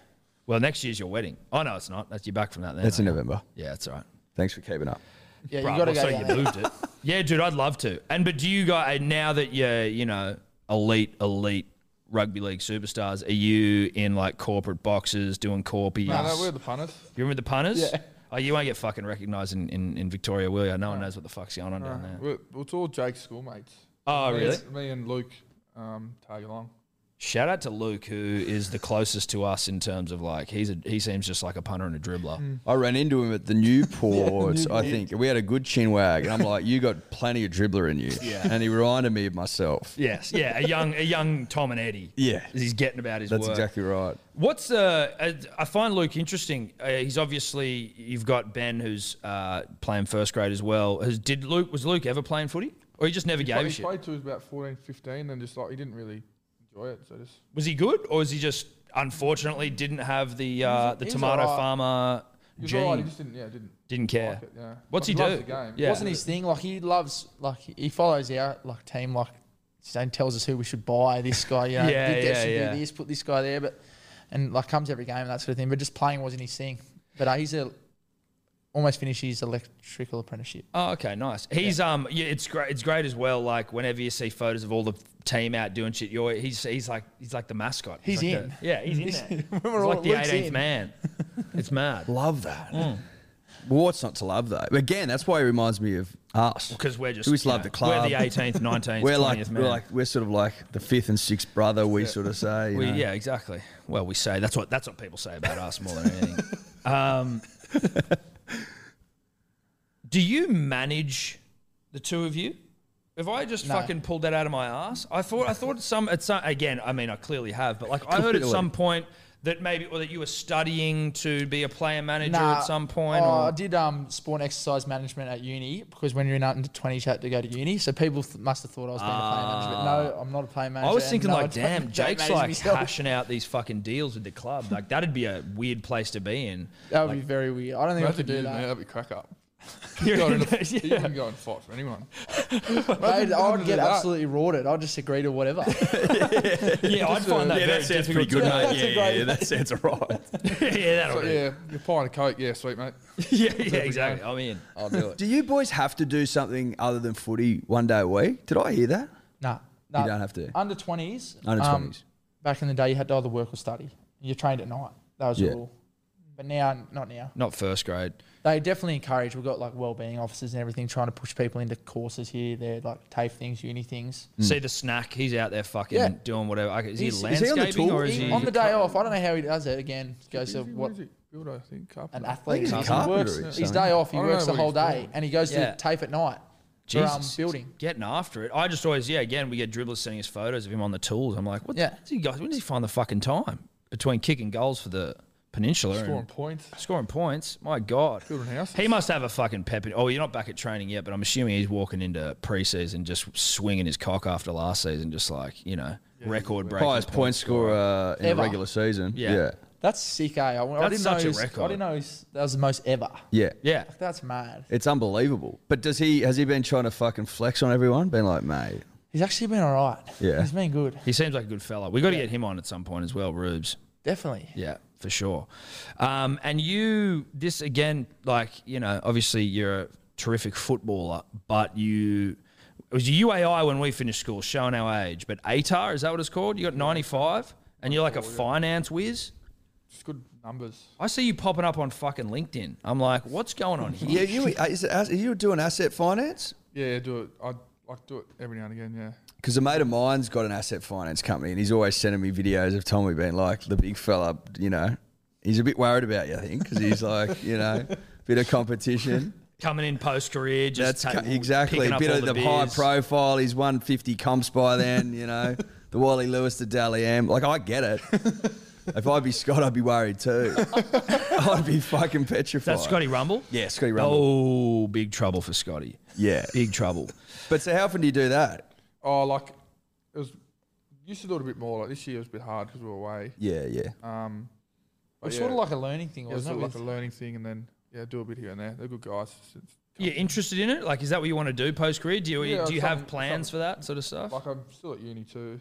B: Well, next year's your wedding. Oh no, it's not. That's you're back from that. Then
C: That's in
B: aren't you?
C: November.
B: Yeah, that's all right.
C: Thanks for keeping up.
A: yeah, you
B: Bruh,
A: got to
B: well,
A: go.
B: so
A: down
B: you
A: there.
B: moved it. [laughs] Yeah, dude, I'd love to. And but do you guys now that you're you know elite elite rugby league superstars, are you in like corporate boxes doing corpies?
D: No, no, we're the punters.
B: you remember the punters?
A: Yeah.
B: Oh, you won't get fucking recognised in, in, in Victoria, will you? No one knows what the fuck's going on down there.
D: We're, it's all Jake's schoolmates.
B: Oh,
D: Me-
B: really?
D: Me and Luke um, tag along.
B: Shout out to Luke, who is the closest to us in terms of like he's a, he seems just like a punter and a dribbler.
C: I ran into
B: [laughs]
C: him at the Newports, I think. We had a good chin wag. And I'm like, you got plenty of dribbler in you. Yeah. And he reminded me of myself.
B: Yes, yeah, a young a young Tom and Eddie.
C: Yeah.
B: he's getting about his.
C: That's
B: work.
C: exactly right.
B: What's the? Uh, I find Luke interesting. Uh, he's obviously you've got Ben who's uh, playing first grade as well. Has, did Luke was Luke ever playing footy, or he just never
D: But
B: gave a
D: he
B: shit?
D: played till he was about 14, 15 and just like he didn't really enjoy it. So just
B: Was he good, or is he just unfortunately didn't have the uh, the
A: he was
B: tomato
A: alright.
B: farmer
D: he was
B: gene?
D: alright. He just didn't. Yeah, didn't.
B: didn't care.
D: like it, yeah.
B: What's he
D: Like,
B: do?
D: loves the game.
B: Yeah.
A: wasn't his thing. Like he loves, like he follows our like team, like and tells us who we should buy. This guy,
B: [laughs]
A: you know,
B: Yeah,
A: think
B: yeah,
A: they should
B: yeah.
A: do this, put this guy there, but and like comes every game and that sort of thing. But just playing wasn't his thing. But uh, he's a almost finished his electrical apprenticeship. [laughs]
B: Oh, okay, nice. He's um, yeah, it's great. It's great as well. Like whenever you see photos of all the team out doing shit, you're he's he's like he's like the mascot.
A: He's
B: like
A: in.
B: the- yeah, he's in there.
A: [laughs] We're
B: He's
A: all-
B: like the
A: Luke's
B: 18th
A: in.
B: man. It's mad.
C: Love that. Well, what's not to love, though? Again, that's why he reminds me of us.
B: because we're just
C: We just
B: you
C: love
B: know,
C: the club.
B: We're the
C: [laughs]
B: 18th, 19th,
C: We're
B: 20th
C: like,
B: man.
C: we're like we're sort of like the fifth and sixth brother. We sort of say, you
B: We-
C: know.
B: yeah, exactly. Well, we say that's what that's what people say about us more than anything.
C: [laughs]
B: Um, do you manage the two of you? If I just
A: No.
B: fucking pulled that out of my ass, I thought I thought some at some again. I mean, I clearly have, but like I heard at
C: Clearly.
B: some point that maybe or that you were studying to be a player manager
A: Nah,
B: at some point.
A: oh,
B: or,
A: I did um, sport and exercise management at uni because when you're in under 20, you had to go to uni. So people th- must have thought I was being a player manager. But no, I'm not a player manager.
B: Ah. I was
A: and
B: thinking,
A: no,
B: like,
A: I don't-
B: damn,
A: don't
B: Jake's
A: manage
B: like
A: myself.
B: hashing out these fucking deals with the club. Like, that'd be a weird place to be in.
A: That would be very weird. I don't think I
D: Imagine
A: could
D: you,
A: do
D: mate,
A: that.
D: that'd be
B: [laughs]
D: crack up.
B: You're
D: Go in
B: in
D: the-
B: [laughs] those-
D: You can go and fight for anyone.
A: Mate, I
D: having
A: would
D: to
A: get
D: do that.
A: absolutely rorted. I'd just agree
D: [laughs]
A: to whatever.
B: yeah, I'd find that very difficult.
C: good,
A: mate. That's a Yeah, great- yeah,
C: that sounds alright.
B: [laughs] yeah, that'll
D: So, [laughs]
B: do.
D: yeah, you're pie and a coke. Yeah, sweet mate.
B: yeah, yeah, exactly. I'm in.
C: I'll do it. Do you boys have to do something other than footy one day a week? Did I hear that?
A: No, no.
C: don't have to.
A: Under twenties. um,
C: Under 20s.
A: Back in the day, you had to either work or study. You trained at night. That was
C: Yeah.
A: your rule. But now, not now.
B: Not first grade.
A: They definitely encourage. We've got like well-being officers and everything trying to push people into courses here. They're like TAFE things, uni things.
B: Mm. See the snack. He's out there fucking
A: Yeah.
B: doing whatever. I- Is he
A: He's-
C: is he on the
B: landscaping or is
C: tool?
B: he
A: on the um, day off, I don't know how he does it. Again, goes to
D: Is he-
A: what
D: is it? Builder, I think.
A: an
D: carpenter.
A: athlete.
C: he's a
A: does. He
C: carpenter
A: works
C: or
A: his
C: something.
A: day off. He
D: I don't
A: works
D: know
A: the
D: what
A: whole
D: he's
A: day, and he goes
B: Yeah.
A: to TAFE at night. for, um,
B: Jesus,
A: building.
B: Getting after it. I just always yeah. Again, we get dribblers sending us photos of him on the tools. I'm like, what?
A: Yeah.
B: Yeah. He got, when does he find the fucking time between kicking goals for the peninsula
D: Scoring
B: and
D: points.
B: scoring points? My God.
D: Building houses.
B: He must have a fucking pep. In, oh, you're not back at training yet, but I'm assuming he's walking into preseason just swinging his cock after last season, just like you know, record breaking
C: Highest point scorer in
A: Ever.
C: a regular season.
B: Yeah.
C: Yeah.
A: That's sick, eh? I, I
B: That's
A: didn't
B: such a
A: know he's-
B: record.
A: I didn't know he's, that was the most ever.
C: Yeah.
B: Yeah,
A: Like, that's mad.
C: It's unbelievable. But does he has he been trying to fucking flex on everyone? Been like, mate.
A: He's actually been all right.
C: Yeah.
A: He's been good.
B: he seems like a good fella. We got to get him on at some point as well, Rubes.
A: Definitely.
B: Yeah, for sure. Um, and you, this again, like you know, obviously you're a terrific footballer, but you it was UAI when we finished school, showing our age. But ATAR is that what it's called? You got 95, and you're like a finance whiz.
D: Just good numbers.
B: I see you popping up on fucking LinkedIn. I'm like, what's going on here?
C: Yeah, you uh, is it, ass- you doing asset finance?
D: Yeah, yeah do it. I I do it every now and again. Yeah.
C: Because
E: a mate of mine's got an asset finance company, and he's always sending me videos of Tommy being like the big fella. You know, he's a bit worried about you, I think, because he's like, you know, bit of competition.
B: Coming in post career, [laughs] just
E: That's
B: ta-
E: ca- exactly
B: picking up
E: bit
B: all
E: of the,
B: the
E: high
B: beers.
E: profile. He's won fifty comps by then.
B: [laughs]
E: You know, the Wally Lewis, the Dally M. Like I get it. if I'd be Scott, I'd be
B: [laughs]
E: worried too. I'd be fucking petrified.
B: That's Scotty Rumble.
E: Yeah, Scotty Rumble.
B: Oh, big trouble for Scotty.
E: Yeah.
B: Big trouble.
E: But so how often do you do that?
D: Oh, like it was. Used to do it a bit more. Like this year was a bit hard because we were away.
E: Yeah, yeah.
D: Um,
A: It
D: but
A: was sort
D: yeah,
A: of like a learning thing,
D: yeah, it's
A: wasn't
D: sort
A: it?
D: of like a
A: with-
D: learning thing, and then yeah, do a bit here and there. They're good guys. It's- it's-
B: You're interested in it? Like, is that what you want to do post career? Do you
D: Yeah,
B: do you
D: something-
B: have plans for that sort of stuff?
D: Like I'm still at uni too,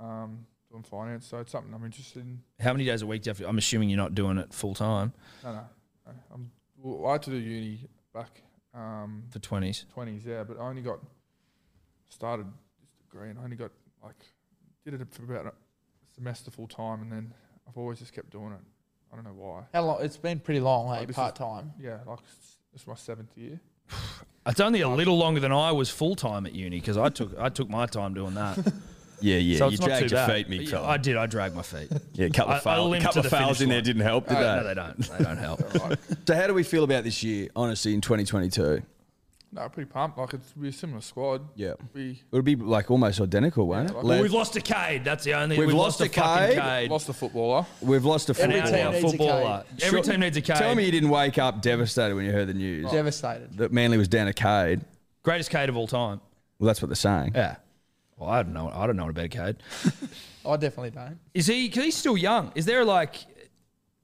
D: um, doing finance, so it's something I'm interested in.
B: How many days a week do you have? To, I'm assuming you're not doing it full time
D: No, no, no, I'm, well, I had to do uni back um,
B: for twenties.
D: 20s, yeah, but I only got started this degree and I only got like did it for about a semester full time, and then I've always just kept doing it. I don't know why.
A: How long? It's been pretty long, hey,
D: Oh, this is-
A: part time.
D: Yeah, like it's, it's my seventh year.
B: It's only a little longer than I was full time at uni because I took I took my time doing that.
C: Yeah, yeah.
B: so
C: you
B: it's not
C: dragged
B: too
C: your
B: bad.
C: feet, me
B: Yeah,
C: fella.
B: I did. I dragged my feet.
C: yeah, a couple
B: I- I
C: of fouls,
B: limped
C: couple
B: to
C: of
B: the
C: fouls
B: finish
C: in there
B: line.
C: didn't help, did
B: no,
C: they?
B: they don't. They don't help. [laughs]
C: So how do we feel about this year, honestly, in 2022?
D: No, pretty pumped. Like it's we're a similar squad.
C: Yeah.
D: We
C: It would be like almost identical, won't it?
B: Well,
D: like-
C: Lev-
B: we've lost a Cade. That's the only.
C: We've lost
B: lost,
C: a
B: fucking
C: Cade.
B: Cade.
D: lost a footballer.
C: we've lost a
B: An
A: Every
B: out
A: team
B: and out
C: footballer.
A: needs a
B: footballer.
A: Cade.
B: Every
C: Sure.
B: team needs a Cade. Oh.
C: Tell me you didn't wake up devastated when you heard the news
A: Devastated.
C: that Manly was down a Cade.
B: greatest Cade of all time.
C: Well, that's what they're saying.
B: Yeah. Well, I don't know. I don't know about a Cade.
A: I definitely don't.
B: Is he? Because he's still young. Is there like?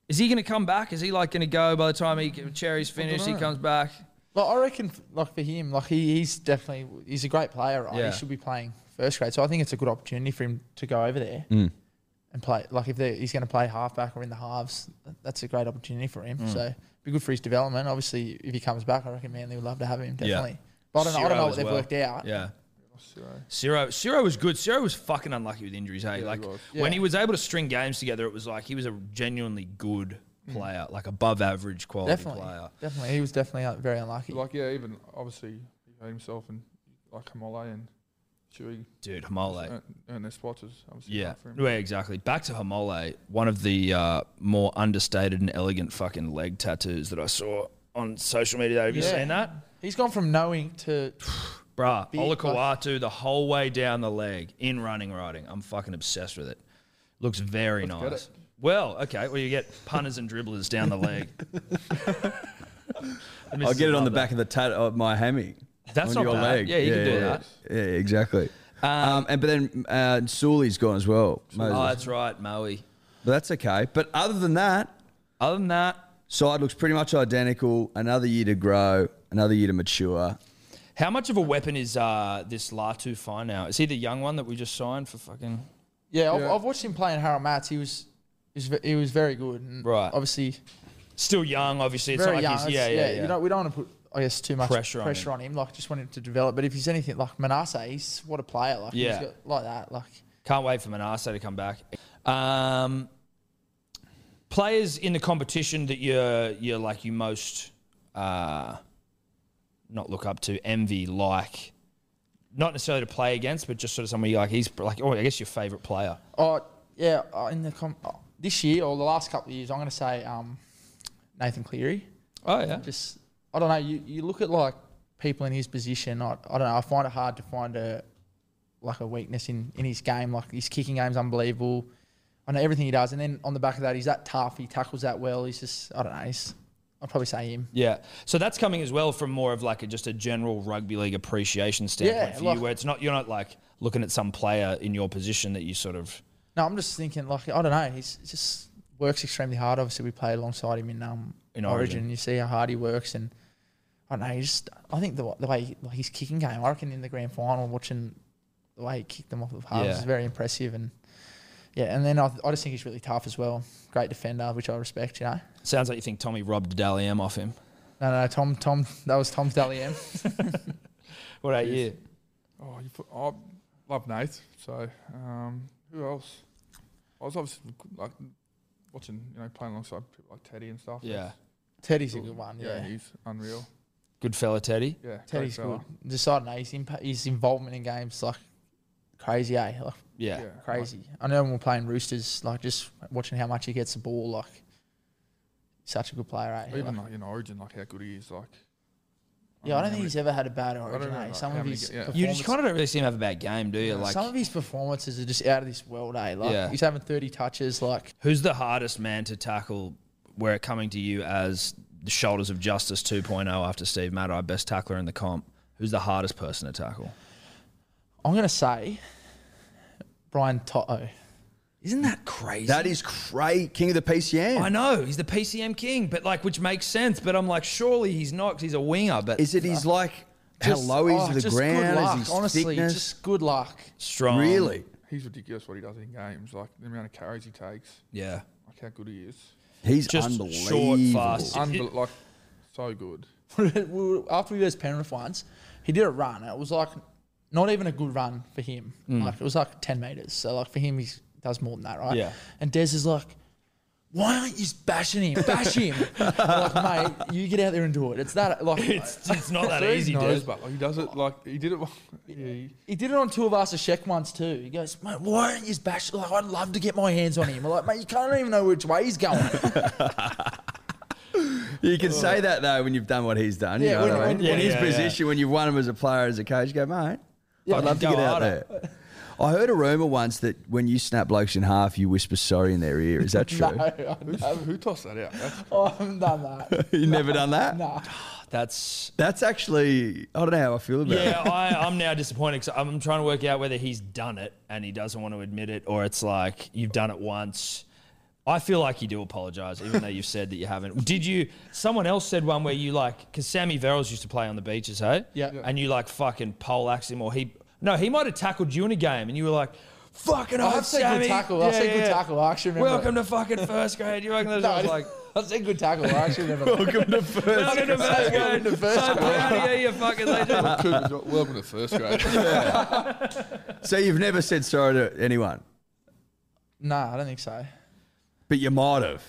B: Is he going to come back? Is he like going to go by the time he cherry's finished? He comes back.
A: Like, I reckon, like for him, like he, he's definitely he's a great player, right?
B: Yeah.
A: He should be playing first grade, so I think it's a good opportunity for him to go over there
C: Mm.
A: and play. Like if they're- he's going to play halfback or in the halves, that's a great opportunity for
B: Mm.
A: him. So be good for his development. Obviously, if he comes back, I reckon Manly would love to have him definitely. But I don't, know, I don't
B: Ciro
A: know
B: as
A: what they've
B: well.
A: worked out.
B: Yeah.
D: So,
B: Ciro, Ciro was good. Ciro was fucking unlucky with injuries. Hey, like
D: was.
B: when
A: Yeah.
B: he was able to string games together, it was like he was a genuinely good player, like above average quality
A: definitely,
B: player.
A: definitely. He was definitely uh, very unlucky.
D: like yeah, even obviously he hurt himself and like Kamale and Chewy
B: Dude, Hamole.
D: earned, earned their spots is obviously
B: Yeah,
D: hard for him.
B: yeah, exactly. Back to Hamole, one of the uh, more understated and elegant fucking leg tattoos that I saw on social media. Have you
A: Yeah.
B: seen that?
A: he's gone from knowing to
B: Bruh,
A: Big
B: Olakawatu the whole way down the leg in running riding. I'm fucking obsessed with it. Looks very
D: get
B: nice.
D: it.
B: Well, okay. Well, you get punters and dribblers down the
A: [laughs]
B: leg.
C: I'll get it on the back of the tat of my hammy.
B: That's
C: on
B: not
C: your
B: bad.
C: leg.
B: Yeah, you can do that.
C: Yeah, exactly. Um, and but then uh, Sully's gone as well. Moses.
B: Oh, that's right, Maui.
C: but that's okay. But other than that,
B: Other than that,
C: side looks pretty much identical. Another year to grow. Another year to mature.
B: how much of a weapon is uh, this Latu Fine now? Is he the young one that we just signed for fucking?
A: yeah. I've,
D: Yeah.
A: I've watched him play in Harold Mats. He was. he was ve- He was very good, and
B: Right.
A: Obviously,
B: Still young, obviously. It's not
A: very
B: like
A: young.
B: He's,
A: It's-
B: yeah, yeah, yeah.
A: You know, we don't want to put, I guess, too much
B: Pressure
A: pressure,
B: on
A: on, him. Like, just want him to develop. But if he's anything like Manasseh, he's what a player. Like,
B: Yeah.
A: he's got, like that. Like,
B: Can't wait for Manasseh to come back. Um, players in the competition that you're you're like you most uh, not look up to, envy, like not necessarily to play against, but just sort of somebody like he's like oh I guess your favorite player.
A: oh yeah, oh, in the com- oh, this year or the last couple of years, I'm going to say um, Nathan Cleary.
B: Oh yeah,
A: Just I don't know. You you look at like people in his position. I, I don't know. I find it hard to find a like a weakness in in his game. Like his kicking game's unbelievable. I know everything he does, and then on the back of that, he's that tough. He tackles that well. He's just I don't know. He's I'd probably say him.
B: Yeah. So that's coming as well from more of like a, just a general rugby league appreciation standpoint
A: Yeah,
B: for
A: like-
B: you, where it's not you're not like looking at some player in your position that you sort of
A: No, I'm just thinking like I don't know. He's just works extremely hard. Obviously, we play alongside him in um
B: In
A: in
B: Origin.
A: Origin. You see how hard he works, and I don't know. He's just, I think the wa- the way he, like his kicking game. I reckon in the grand final, watching the way he kicked them off the halves
B: Yeah.
A: is very impressive. And yeah, and then I, I just think he's really tough as well. Great defender, which I respect. You know,
B: sounds like you think Tommy robbed Dally M [laughs] off him.
A: no, no, Tom, Tom, that was Tom's Dally M.
B: What about you?
D: Oh, you put, I love Nate. So um, who else? I was obviously like watching, you know, playing alongside people like Teddy and stuff.
B: Yeah.
A: Teddy's a good one. Yeah,
D: he's unreal.
B: Good fella, Teddy.
D: Yeah, great
A: Teddy's
D: fella.
A: good. Just I don't know. His impa- his involvement in games like crazy. Eh, like
B: Yeah.
D: Yeah,
A: crazy. I know when we're playing Roosters, like just watching how much he gets the ball, like such a good player,
D: Like,
A: right?
D: even like in Origin, like how good he is. Like,
A: yeah, I
D: know
A: don't think
D: how
A: he's ever had a bad
D: don't
A: origin.
D: know,
A: eh?
D: like,
A: some
D: how
A: of
D: many
A: his
D: get- yeah.
B: You just
A: performance-
B: kind of don't really see him have a bad game, do you? like,
A: some of his performances are just out of this world, eh? Like
B: Yeah.
A: he's having thirty touches, like
B: who's the hardest man to tackle? Where it coming to you as the shoulders of justice 2.0 after Steve Maddai, best tackler in the comp. Who's the hardest person to tackle?
A: I'm gonna say Brian Toto.
B: Isn't that crazy?
C: That is crazy. King of the PCM.
B: I know he's the PCM king, but like, which makes sense. But I'm like, surely he's not 'cause he's a winger. But
C: Is it he's like
A: Just-
C: how low he's
A: oh,
C: to the
A: just good
C: ground?
A: luck,
C: is his
A: honestly,
C: thickness?
A: just good luck.
B: strong,
C: really?
D: he's ridiculous what he does in games. Like the amount of carries he takes,
B: Yeah,
D: like how good he
B: [laughs]
D: is.
C: He's
B: Just short,
C: unbelievable.
B: fast. It-
D: Unbel- like so good.
A: [laughs] after we was Penrith once, he did a run. and It was like not even a good run for him.
B: Mm.
A: Like it was like ten meters. So like for him, he does more than that, right?
B: Yeah.
A: And Des is like, "Why aren't you bashing him?
B: [laughs]
A: Bash him!" I'm like, mate, you get out there and do it. It's that like [laughs]
B: it's it's not that
D: So he
B: easy,
D: knows,
B: dude.
D: but like, he does it like he did it. [laughs] yeah,
A: [laughs]
D: he,
A: he did it on two of us at Sheck once too. He goes, "Mate, why aren't you bashing? Like I'd love to get my hands on him." I'm like, mate, you can't even know which way
B: [laughs]
A: he's going. [laughs]
C: You can say that though when you've done what he's done.
A: Yeah,
C: you know
A: when-
C: what I mean?
A: when-
B: Yeah,
C: in his
B: yeah, yeah.
C: position, when you've won him as a player, as a coach, you go, mate, I'd love to
B: go
C: get out
B: harder."
C: there. I heard a rumor once that when you snap blokes in half, you whisper sorry in their ear.
B: [laughs]
C: Is that true? [laughs]
A: no, I've-
D: who's, who tossed that out? That's [laughs]
A: I've done that.
C: you never done that?
B: [laughs]
A: Nah.
B: That's
C: That's actually, I don't know how I feel about
B: yeah. [laughs]
C: it.
B: I, I'm now disappointed 'cause I'm trying to work out whether he's done it and he doesn't want to admit it, or it's like you've done it once. I feel like you do apologize, even though you've said that you haven't. Did you? Someone else said one where you like, because Sammy Verrills used to play on the beaches, hey?
A: Yeah. Yeah.
B: And you like fucking poleaxe him, or he? No, he might have tackled you in a game, and you were like, "Fucking,
A: I've
B: old
A: seen good
B: Oh, Sammy."
A: tackle. I've seen good tackle. I actually remember
B: Welcome to fucking first grade. You reckon those
A: [laughs] No,
B: I was like?
A: I said good tackle. I actually never. [laughs]
C: Welcome to first.
B: Welcome to first grade.
A: to first
B: so proud of you, you fucking legend.
D: Cooper's got- welcome to first grade.
C: So you've never said sorry to anyone,
A: [laughs] Nah, I don't think so.
C: but you might have.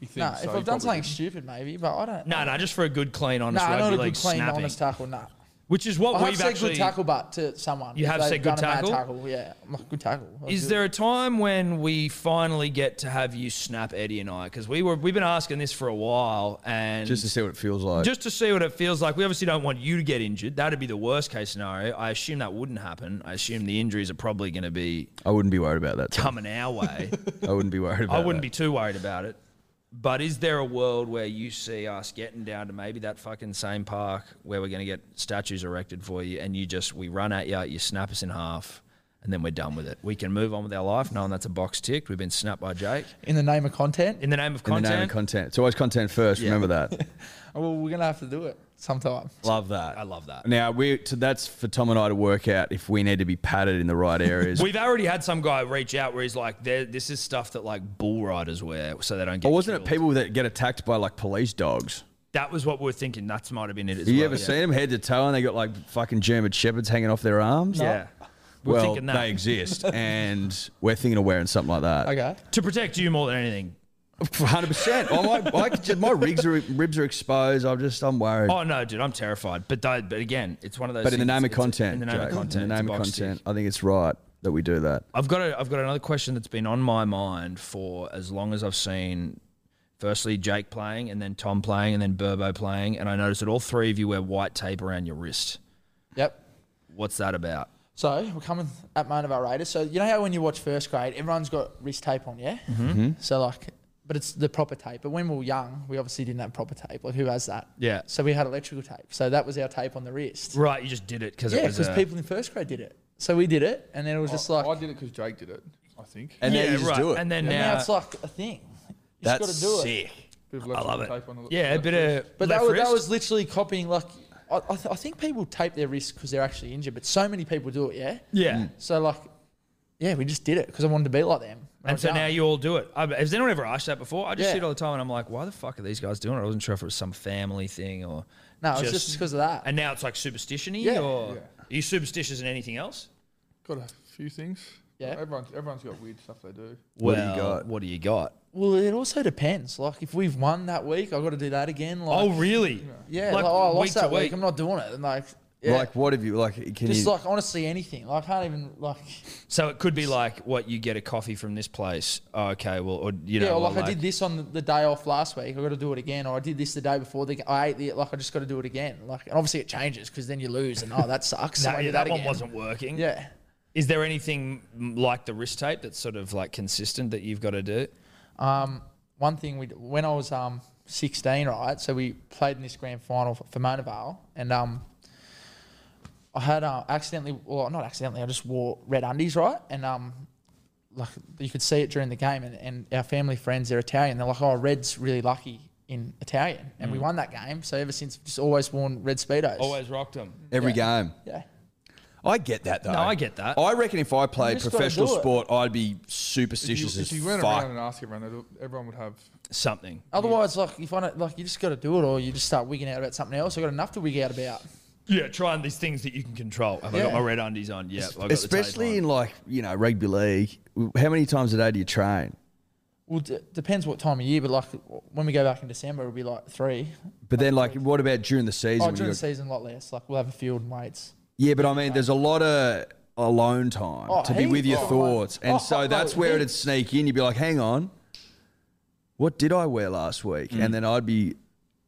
D: You think
A: Nah,
D: so,
A: if
D: he
A: I've done
D: probably
A: something
D: did.
A: stupid, maybe, but I don't.
B: No, no, just for a good, clean, honest
A: nah,
B: rugby
A: not a
B: league
A: good clean,
B: snapping,
A: honest tackle. Nah,
B: which is what
A: I have
B: we've
A: said
B: actually.
A: good tackle, but to someone
B: You
A: if
B: have
A: they've
B: said good
A: done a bad
B: tackle?
A: tackle. Yeah, I'm like, good tackle. That was
B: Is
A: good.
B: there a time when we finally get to have you snap Eddie and I? Because we were we've been asking this for a while, and
C: Just to see what it feels like.
B: just to see what it feels like. We obviously don't want you to get injured. That'd be the worst case scenario. I assume that wouldn't happen. I assume the injuries are probably going to be
C: I wouldn't be worried about that. Tom.
B: coming our
C: [laughs]
B: way.
C: I wouldn't be worried about
B: I wouldn't
C: that.
B: be too worried about it. But is there a world where you see us getting down to maybe that fucking same park where we're going to get statues erected for you and you just, we run at you, you snap us in half, and then we're done with it? We can move on with our life knowing that's a box ticked. We've been snapped by Jake.
A: in the name of content?
B: In the name of
C: In
B: content.
C: the name of content. It's always content first. Remember that.
A: Oh, well, we're gonna have to do it sometime.
C: Love that.
B: I [laughs] love that.
C: Now we so that's for Tom and I to work out if we need to be padded in the
B: [laughs]
C: right areas.
B: We've already had some guy reach out where he's like, "There- this is stuff that like bull riders wear so they don't get
C: or wasn't it
B: killed."
C: people that get attacked by like police dogs?
B: That was what we were thinking. That's might have been it as
C: Have you
B: well,
C: ever
B: yeah.
C: seen them head to toe and they got like fucking German shepherds hanging off their arms?
B: Yeah. We're
C: Well,
B: thinking that. [laughs]
C: they exist, and we're thinking of wearing something like that.
A: Okay.
B: to protect you more than anything,
C: Hundred percent. My, I could just- my ribs are ribs are exposed. I'm just I'm worried.
B: Oh no, dude, I'm terrified. But tho- but again, it's one of those.
C: but in the
B: things-
C: name of
B: it's-
C: content,
B: in the name
C: Jake,
B: of content,
C: in the
B: it's a
C: name of
B: box
C: content,
B: tick.
C: I think it's right that we do that.
B: I've got a, I've got another question that's been on my mind for as long as I've seen. Firstly, Jake playing, and then Tom playing, and then Burbo playing, and I noticed that all three of you wear white tape around your wrist.
A: Yep.
B: What's that about?
A: So we're coming at moment of our Raiders. So you know how when you watch first grade, everyone's got wrist tape on, yeah. Mm-hmm. So like but it's the proper tape. But when we were young, we obviously didn't have proper tape. Like who has that?
B: Yeah.
A: So we had electrical tape. So that was our tape on the wrist.
B: Right, you just did it Oh, because
A: Yeah,
B: it was.
A: because
B: a-
A: people in first grade did it. So we did it, and then it was just like,
D: I did it because Jake did it. I think.
E: And
B: yeah,
E: then you just
B: right.
E: do it.
B: And then
A: and
B: now,
A: now it's like a thing. You just
E: That's
A: got to do it.
E: sick.
D: Bit of
B: I love
D: electrical
B: it.
D: tape on the-
B: Yeah, a bit of.
A: But
B: left
A: that was, that
B: wrist.
A: was literally copying. Like, I, I, th- I think people tape their wrists because they're actually injured, but so many people do it. Yeah.
B: Yeah.
C: Mm.
A: So like, yeah, we just did it because I wanted to be like them. when I
B: And
A: was
B: so
A: young.
B: now you all do it. I, has anyone ever asked that before? I just
A: Yeah.
B: see it all the time, and I'm like, why the fuck are these guys doing it? I wasn't sure if it was some family thing or.
A: no, it's just because of that.
B: And now it's like superstitiony,
A: Yeah.
B: or
D: Yeah.
B: are you superstitious in anything else?
D: Got a few things.
A: Yeah.
D: Everyone's, everyone's got weird stuff they do.
E: What do you got?
B: What do you got?
A: well, it also depends. Like, if we've won that week, I've got to do that again. Like,
B: Oh, really?
A: yeah. Like, oh, I lost that week. I'm not doing it. And like, yeah.
C: Like, what have you like? Can
A: just
C: you?
A: like honestly, anything. Like, I can't even like.
B: So it could be like what you get a coffee from this place. Oh, okay, well, or you know,
A: yeah,
B: or
A: like, I did this on the, the day off last week. I've got to do it again. Or I did this the day before. The, g- I ate the, like, I just got to do it again. Like, and obviously it changes because then you lose and, oh, that [laughs] sucks. so
B: No,
A: I
B: yeah,
A: did
B: that, one
A: again.
B: wasn't working.
A: Yeah.
B: Is there anything mm, like the wrist tape that's sort of like consistent that you've got to do?
A: Um, one thing we, d- when I was um 16, right? So we played in this grand final for, for Mona Vale and um, I had uh, accidentally, well, not accidentally, I just wore red undies, right? And um, like you could see it during the game, and, and our family friends, they're Italian. They're like, oh, red's really lucky in Italian, and we won that game. So ever since, just always worn red speedos.
B: Always rocked them.
C: Every game.
A: Yeah.
C: I get that though.
B: No, I get that.
C: I reckon if I played
A: just gotta
C: professional
A: do it.
C: sport, I'd be
D: If you,
C: superstitious
D: if you
C: as
D: went
C: fuck.
D: around and asked everyone, they'd- everyone would have.
B: Something.
A: Otherwise, like if I don't, like you just got to do it, or you just start wigging out about something else. I got enough to wig out about.
B: Yeah, trying these things that you can control. Have I got
A: Yeah.
B: my red undies on? Yeah, I've got the tape
C: Especially
B: on.
C: in like you know rugby league. How many times a day do you train?
A: Well, d- depends what time of year, but like when we go back in December, it'll be like three.
C: But then like, what about during the season?
A: Oh,
C: when you
A: during the
C: got-
A: season, a lot less. Like we'll have a field and weights.
C: Yeah, but I mean, there's a lot of alone time
A: Oh,
C: to be with your
A: heaps.
C: thoughts, and
A: Oh,
C: so
A: oh,
C: that's where it'd
A: heaps.
C: sneak in. You'd be like, "Hang on, what did I wear last week?" And then I'd be,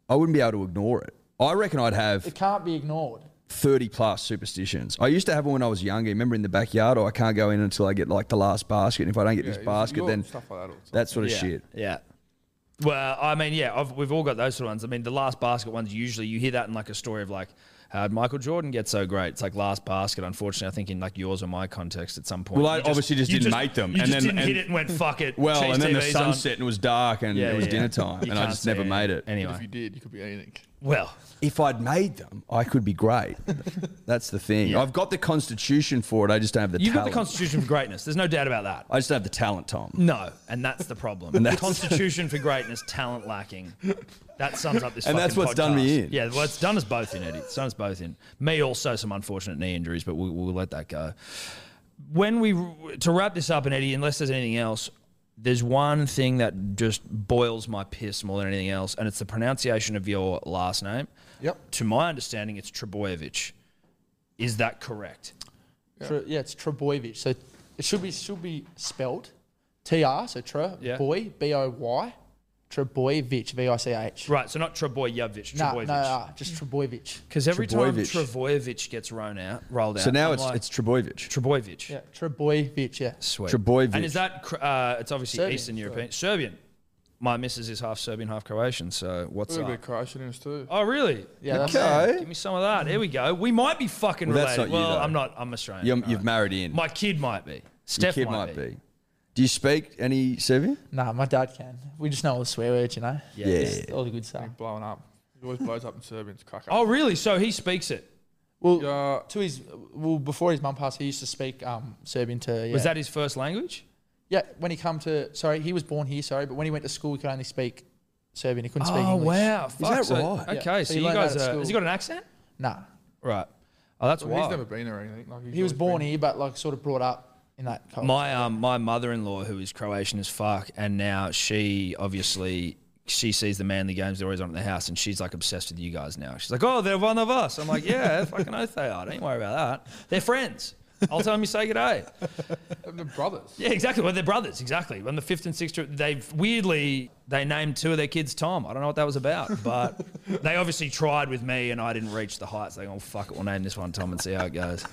C: I wouldn't be able to ignore it. I reckon I'd have
A: It can't be ignored.
C: 30 plus superstitions. I used to have them when I was younger. Remember in the backyard, oh, I can't go in until I get like the last basket. And if I don't get
D: Yeah,
C: this
D: you-
C: basket,
D: you'll
C: then
D: have stuff like that. All the time.
C: that sort of
B: yeah.
C: shit.
B: Yeah. Well, I mean, yeah, I've, we've all got those sort of ones. I mean, the last basket ones, usually you hear that in like a story of like, how did Michael Jordan get so great? It's like last basket. Unfortunately, I think in like yours or my context at some point.
G: Well, I
B: you
G: obviously just
B: you
G: didn't make them,
B: You
G: and
B: just
G: then-
B: didn't hit
G: and-
B: it and went, fuck it.
G: [laughs] Well,
B: Cheese
G: and then the
B: TV's
G: sun
B: on.
G: set and it was dark and
B: Yeah,
G: it was
B: yeah.
G: dinner time
B: You
G: and I
B: can't
G: just
B: see
G: never made it.
B: Anyway,
D: If you did, you could be anything.
B: well,
C: If I'd made them, I could
B: [laughs]
C: be great. that's the thing. I've got the constitution for it. I just don't have the
B: you've got
C: talent.
B: the constitution for greatness. There's no doubt about that.
C: I just don't have the talent, Tom.
B: No, and that's the problem.
C: that's-
B: Constitution for greatness, talent lacking. That sums up this.
C: [laughs] And that's
B: fucking
C: what's done
B: podcast.
C: me in.
B: Yeah, well, it's done us both in, Eddie. It's done us both in. Me also some unfortunate knee injuries, but we'll, we'll let that go. When we to wrap this up, and Eddie, unless there's anything else, there's one thing that just boils my piss more than anything else, and it's the pronunciation of your last name.
A: Yep.
B: To my understanding, it's Trebojevic. Is that correct?
A: Yeah, yeah it's Trebojevic. So it should be should be spelt T R. So Tre
B: Yeah.
A: boy B O Y Trebojevic V I C H.
B: Right. So not Trebojevic.
A: No, no,
B: Trebojevic.
A: no, just Trebojevic.
B: Because every time
C: Trbojevic.
B: Travojevic gets rolled out, rolled out.
C: So now
B: I'm
C: it's
B: like,
C: it's Trebojevic.
B: Trbojevic.
A: Yeah, Trebojevic. Yeah.
B: Sweet.
C: Trbojevic.
B: And is that? cr- Uh, it's obviously
A: Serbian,
B: Eastern European. Serbian. My missus is half Serbian, half Croatian. So
D: A
B: what's
D: little bit
B: up?
D: of Croatian in us too.
B: Oh really?
A: Yeah.
B: [laughs]
A: That's,
C: Okay.
B: Give me some of that. There we go. We might be fucking
C: Eh? Well, that's
B: related.
C: not you,
B: well,
C: though.
B: I'm not. I'm Australian.
C: You're,
B: All
C: You've
B: right.
C: married in.
B: My kid might be. Steph
C: Your kid
B: might, be.
C: Do you speak any Serbian?
A: Nah, my dad can. We just know all the swear words, you know.
B: Yeah.
A: Just All the good stuff.
D: He's blowing up. He always blows up in Serbian. It's crack up.
B: Oh really? So he speaks it. Oh.
A: Well,
D: Yeah.
A: to his well before his mum passed, he used to speak um Serbian to. Yeah.
B: Was that his first language?
A: Yeah, when he come to sorry, he was born here, sorry, but when he went to school, he could only speak Serbian. He couldn't speak
B: Oh
A: English.
B: wow! Fuck,
C: that
B: so-
C: right?
B: Okay, so,
A: Yeah. So he
B: you
A: learned that
B: guys.
A: at
B: Are,
A: school.
B: has he got an accent?
A: Nah,
B: Right. Oh, that's
D: Well,
B: wild.
D: he's never been or anything. Like he's
A: he was
D: always
A: born
D: been-
A: here, but like sort of brought up in that
C: Oh,
A: culture.
B: My um, my mother-in-law, who is Croatian as fuck, and now she obviously she sees the manly games they're always on at the house, and she's like obsessed with you guys now. She's like, oh, they're one of us. I'm like,
C: [laughs]
B: yeah, fucking oath they are. Don't worry about that. They're friends. I'll tell them you say good day.
D: Uh, The brothers.
B: Yeah, exactly. Well, they're brothers. Exactly. On the fifth and sixth, they've weirdly they named two of their kids Tom. I don't know what that was about, but they obviously tried with me, and I didn't reach the heights. They go, oh fuck it, we'll name this one Tom and see how it goes.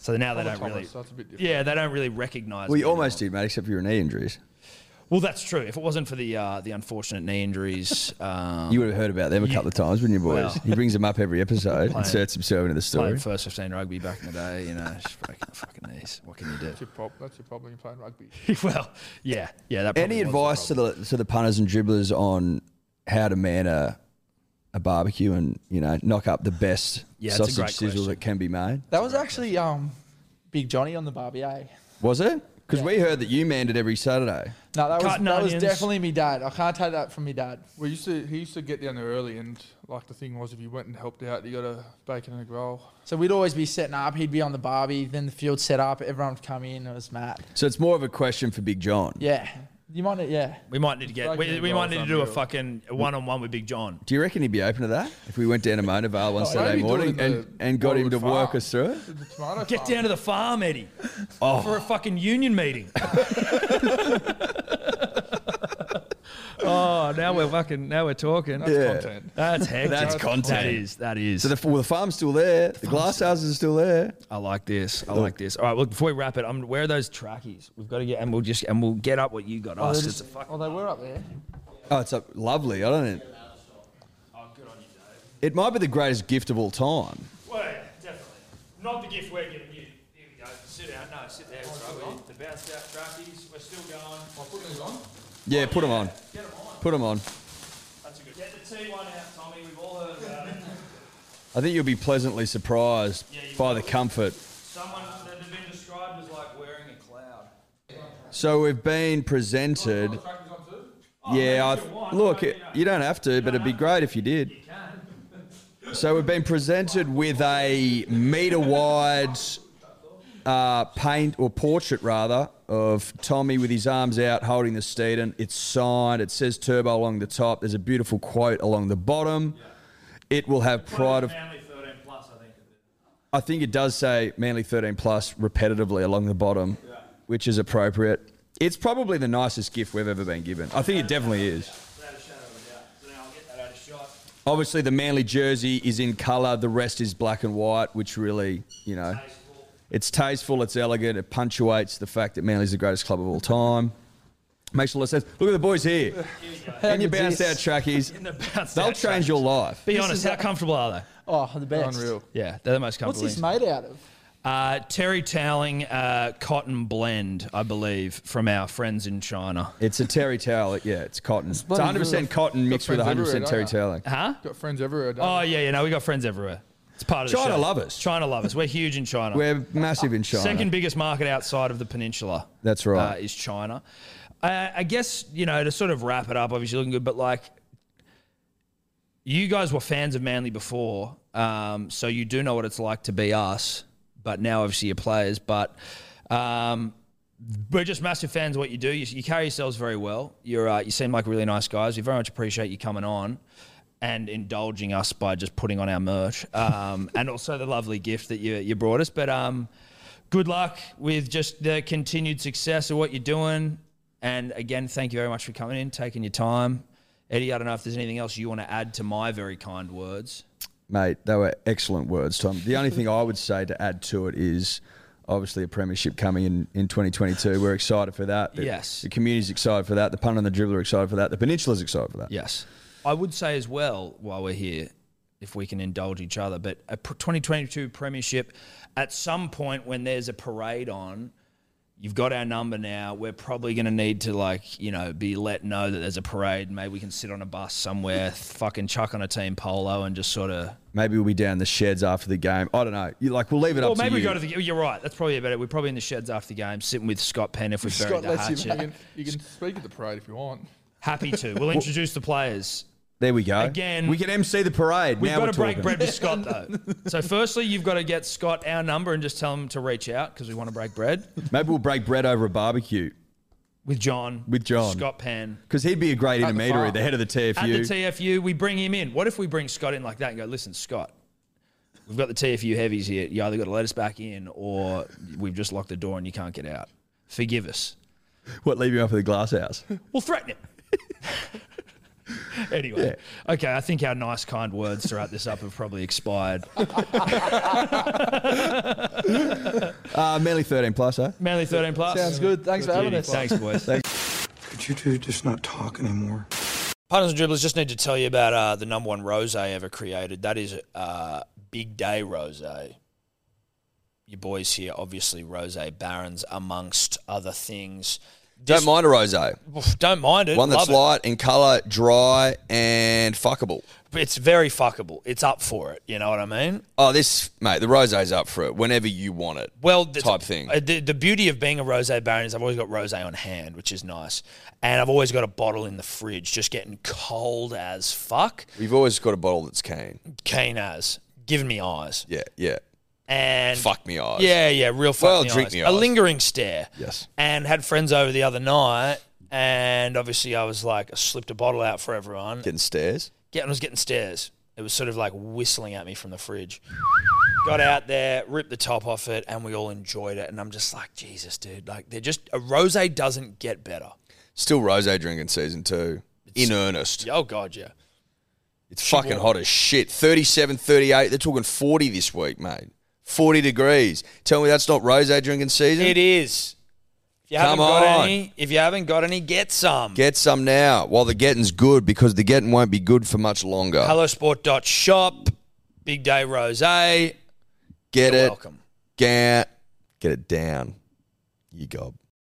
B: So now they
D: Thomas,
B: don't really.
D: so that's a bit different.
B: Yeah, they don't really recognize.
C: Well, you
B: me
C: almost
B: anymore.
C: did, mate, except for your knee injuries.
B: Well, that's true. If it wasn't for the uh, the unfortunate knee injuries, [laughs] um,
C: You would have heard about them a couple of times, wouldn't you, boys?
B: Well.
C: he brings them up every episode,
B: [laughs] Playing-
C: inserts himself into the story.
B: played first fifteen rugby back in the day. You know, just breaking the fucking knees. What can you
D: That's your, prob- that's your problem. You're playing rugby.
B: do? [laughs] well, yeah, yeah. That
C: Any
B: probably was
C: advice
B: the
C: to the to the punters and dribblers on how to man a, a barbecue and you know knock up the best
B: Yeah, it's a
C: sausage
B: great
C: sizzle
B: question.
C: that can be made?
A: That was actually um, Big Johnny on the Barbie, eh?
C: Was it? Because we heard that you manned it every Saturday.
A: No, that was
B: Cutting
A: that was
B: onions.
A: definitely me dad. I can't take that from me dad.
D: We used to. He used to get down there early, and like the thing was, if you went and helped out, you got a bacon and a grill.
A: So we'd always be setting up. He'd be on the Barbie, then the field set up. Everyone would come in. It was mad.
C: So it's more of a question for Big John.
A: Yeah, you might. Yeah,
B: problem. We might need to get.
D: Breaking
B: We,
D: the
B: we might
D: glass
B: need to
D: up
B: do a
D: here.
B: fucking one on one with Big John.
C: Do you reckon he'd be open to that if we went down to Mona Vale
B: Oh,
C: one
D: Why don't
C: Saturday
D: we do it
C: morning
D: in
C: and,
D: the
C: and got him
D: Bollywood
C: to work
D: farm?
C: us through it?
D: The tomato
B: Get
D: farm.
B: down to the farm, Eddie,
C: Oh.
B: for a fucking union meeting. [laughs] oh, now we're fucking. Now we're talking.
D: That's
C: Yeah.
D: content.
B: That's hectic.
C: That's content.
B: That is. That is.
C: So the, well, the farm's still there. The, glass houses are still there.
B: I like this. I like this. All right, look. Before we wrap it, I'm where are those trackies? We've got to get, and we'll just, and we'll get up what you got us. It's a fuck.
A: Oh, they were up there.
C: Oh, it's up, lovely. I don't.
B: Oh, good on you, Dave.
C: It might be the greatest gift of all time.
B: Well, yeah, definitely. Not the gift we're getting you. Here we go. Sit down. No, sit there. Oh, It's right with you. The bounced out trackies. We're still going.
D: I'll put these on.
C: Yeah, put them on.
B: Get them on.
C: Put them on.
B: That's a good. Get the T1 out, Tommy. We've all heard about [laughs] it.
C: I think you'll be pleasantly surprised
B: Yeah, you
C: by
B: will.
C: the comfort.
B: Someone that has been described as like wearing a cloud.
C: So we've been presented.
D: Track these on too.
C: Yeah, I, look, it, you don't have to, but it'd be great if you did. So we've been presented with a meter wide uh, paint or portrait rather of Tommy with his arms out holding the Steedon. It's signed. It says Turbo along the top. There's a beautiful quote along the bottom. It will have pride of.
B: Family 13 plus, I think.
C: I think it does say Manly 13 plus repetitively along the bottom, which is appropriate. It's probably the nicest gift we've ever been given. I think it definitely is.
B: Without a shadow of a doubt. So now I'll get that out of shot.
C: Obviously, the Manly jersey is in colour. The rest is black and white, which really, you know,
B: Tasteful.
C: it's tasteful, it's elegant, it punctuates the fact that Manly's the greatest club of all time. Makes a lot of sense. Look at the boys here, and your bounced out trackies.
B: In the bounce
C: They'll
B: out
C: change
B: track.
C: your life.
B: Be
A: This
B: honest,
A: is
B: how
A: a-
B: comfortable are they?
A: Oh, the best.
D: Unreal.
B: Yeah, they're the most
A: What's
B: comfortable.
A: this made out of?
B: Uh, terry toweling uh, cotton blend, I believe, from our friends in China.
C: It's a terry towel. Yeah, it's cotton. It's
A: bloody
C: 100% cotton mixed with
D: friends
C: 100% terry
D: everywhere,
C: toweling.
B: Huh?
D: Got friends everywhere. don't
B: Oh
D: you?
B: yeah, yeah. No, we got friends everywhere. It's part of the
C: China
B: show.
C: love us.
B: China love us. We're huge in China.
C: We're massive in China.
B: Second biggest market outside of the peninsula.
C: That's right.
B: Uh, is China. Uh, I guess you know to sort of wrap it up. Obviously looking good, but like you guys were fans of Manly before, um, so you do know what it's like to be us. But now obviously you're players, but. Um, we're just massive fans of what you do. You, you carry yourselves very well. You're, uh, you seem like really nice guys. We very much appreciate you coming on and indulging us by just putting on our merch um, [laughs] and also the lovely gift that you, you brought us. But um, good luck with just the continued success of what you're doing. And again, thank you very much for coming in, taking your time. Eddie, I don't know if there's anything else you want to add to my very kind words.
C: Mate, they were excellent words, Tom. The only thing I would say to add to it is obviously a premiership coming in in 2022. We're excited for that. The-
B: Yes.
C: The community's excited for that. The pun and the dribbler are excited for that. The peninsula's excited for that.
B: Yes. I would say as well, while we're here, if we can indulge each other, but a pr- 2022 Premiership, at some point when there's a parade on, you've got our number now. We're probably going to need to, like, you know, be let know that there's a parade. Maybe we can sit on a bus somewhere, fucking chuck on a team polo and just sort of.
C: Maybe we'll be down in the sheds after the game. I don't know. You like we'll leave it
B: Well,
C: up to
B: maybe we
C: you.
B: go to the. You're right. That's probably better. We're probably in the sheds after the game, sitting with Scott Penn if we buried
A: Scott
B: the
A: lets you
D: You
B: hatchet.
D: can, you can speak at the parade if you want.
B: Happy to. We'll introduce the players.
C: there we go.
B: Again-
C: we can MC the parade.
B: We've
C: now
B: got
C: we're
B: to break
C: talking.
B: bread
C: [laughs]
B: with Scott though. So firstly, you've got to get Scott our number and just tell him to reach out because we want to break bread
C: Maybe we'll break bread over a barbecue
B: with John.
C: With John.
B: Scott Penn.
C: because he'd be a great
D: the
C: intermediary,
D: farm.
C: the, head of the TFU.
B: At the TFU, we bring him in. What if we bring Scott in like that and go, listen, Scott, we've got the TFU heavies here. You either got to let us back in or we've just locked the door and you can't get out. Forgive us.
C: what leave you up at the
B: [laughs]
C: glass house?
B: We'll threaten him. [laughs] anyway, okay, I think our nice, kind words to wrap this up have probably expired.
C: Uh, Manly 13 plus, eh?
B: Manly 13 plus.
C: Uh,
A: Sounds good. Thanks for having us.
B: Thanks, boys.
G: Could
H: you two just not talk anymore?
B: Partners and Dribblers, just need to tell you about uh, the number one rose ever created. That is uh, Big Day Rose. Your boys here, obviously, Rose Barons, amongst other things.
C: Don't mind a rosé.
B: mind. Don't mind it.
C: One
B: love
C: that's
B: it.
C: light in colour, dry, and fuckable.
B: It's very fuckable. It's up for it. You know what I mean?
C: Oh, this mate, the rosé's up for it whenever you want it.
B: Well, the,
C: Type thing.
B: uh, The, the beauty of being a rosé baron is I've always got rosé on hand, which is nice, and I've always got a bottle in the fridge, just getting cold as fuck,
C: We've always got a bottle that's keen.
B: keen as, giving me eyes,
C: Yeah, yeah.
B: and
C: Fuck me eyes.
B: Yeah, yeah, real fuck
C: Well,
B: me
C: drink
B: eyes.
C: me
B: a
C: eyes.
B: lingering stare.
C: Yes.
B: and had friends over the other night, and obviously I was like, I slipped a bottle out for everyone.
C: Getting stares.
B: Getting, I was getting stares. It was sort of like whistling at me from the fridge. Got out there, ripped the top off it, and we all enjoyed it. And I'm just like, Jesus, dude, like they're just a rose doesn't get better.
C: Still rosé drinking season two. In earnest.
B: Yeah, Oh god, yeah.
C: It's fucking hot as shit. 37, 38. They're talking 40 this week, mate. 40 degrees. Tell me that's not rosé drinking season?
B: It is. If you haven't
C: Come
B: got
C: on.
B: any, if you haven't got any, get some.
C: Get some now while the getting's good because the getting won't be good for much longer.
B: Hellosport.shop, big day rose. Get
C: Get
B: You're
C: it.
B: welcome.
C: Get, get it down. You gob.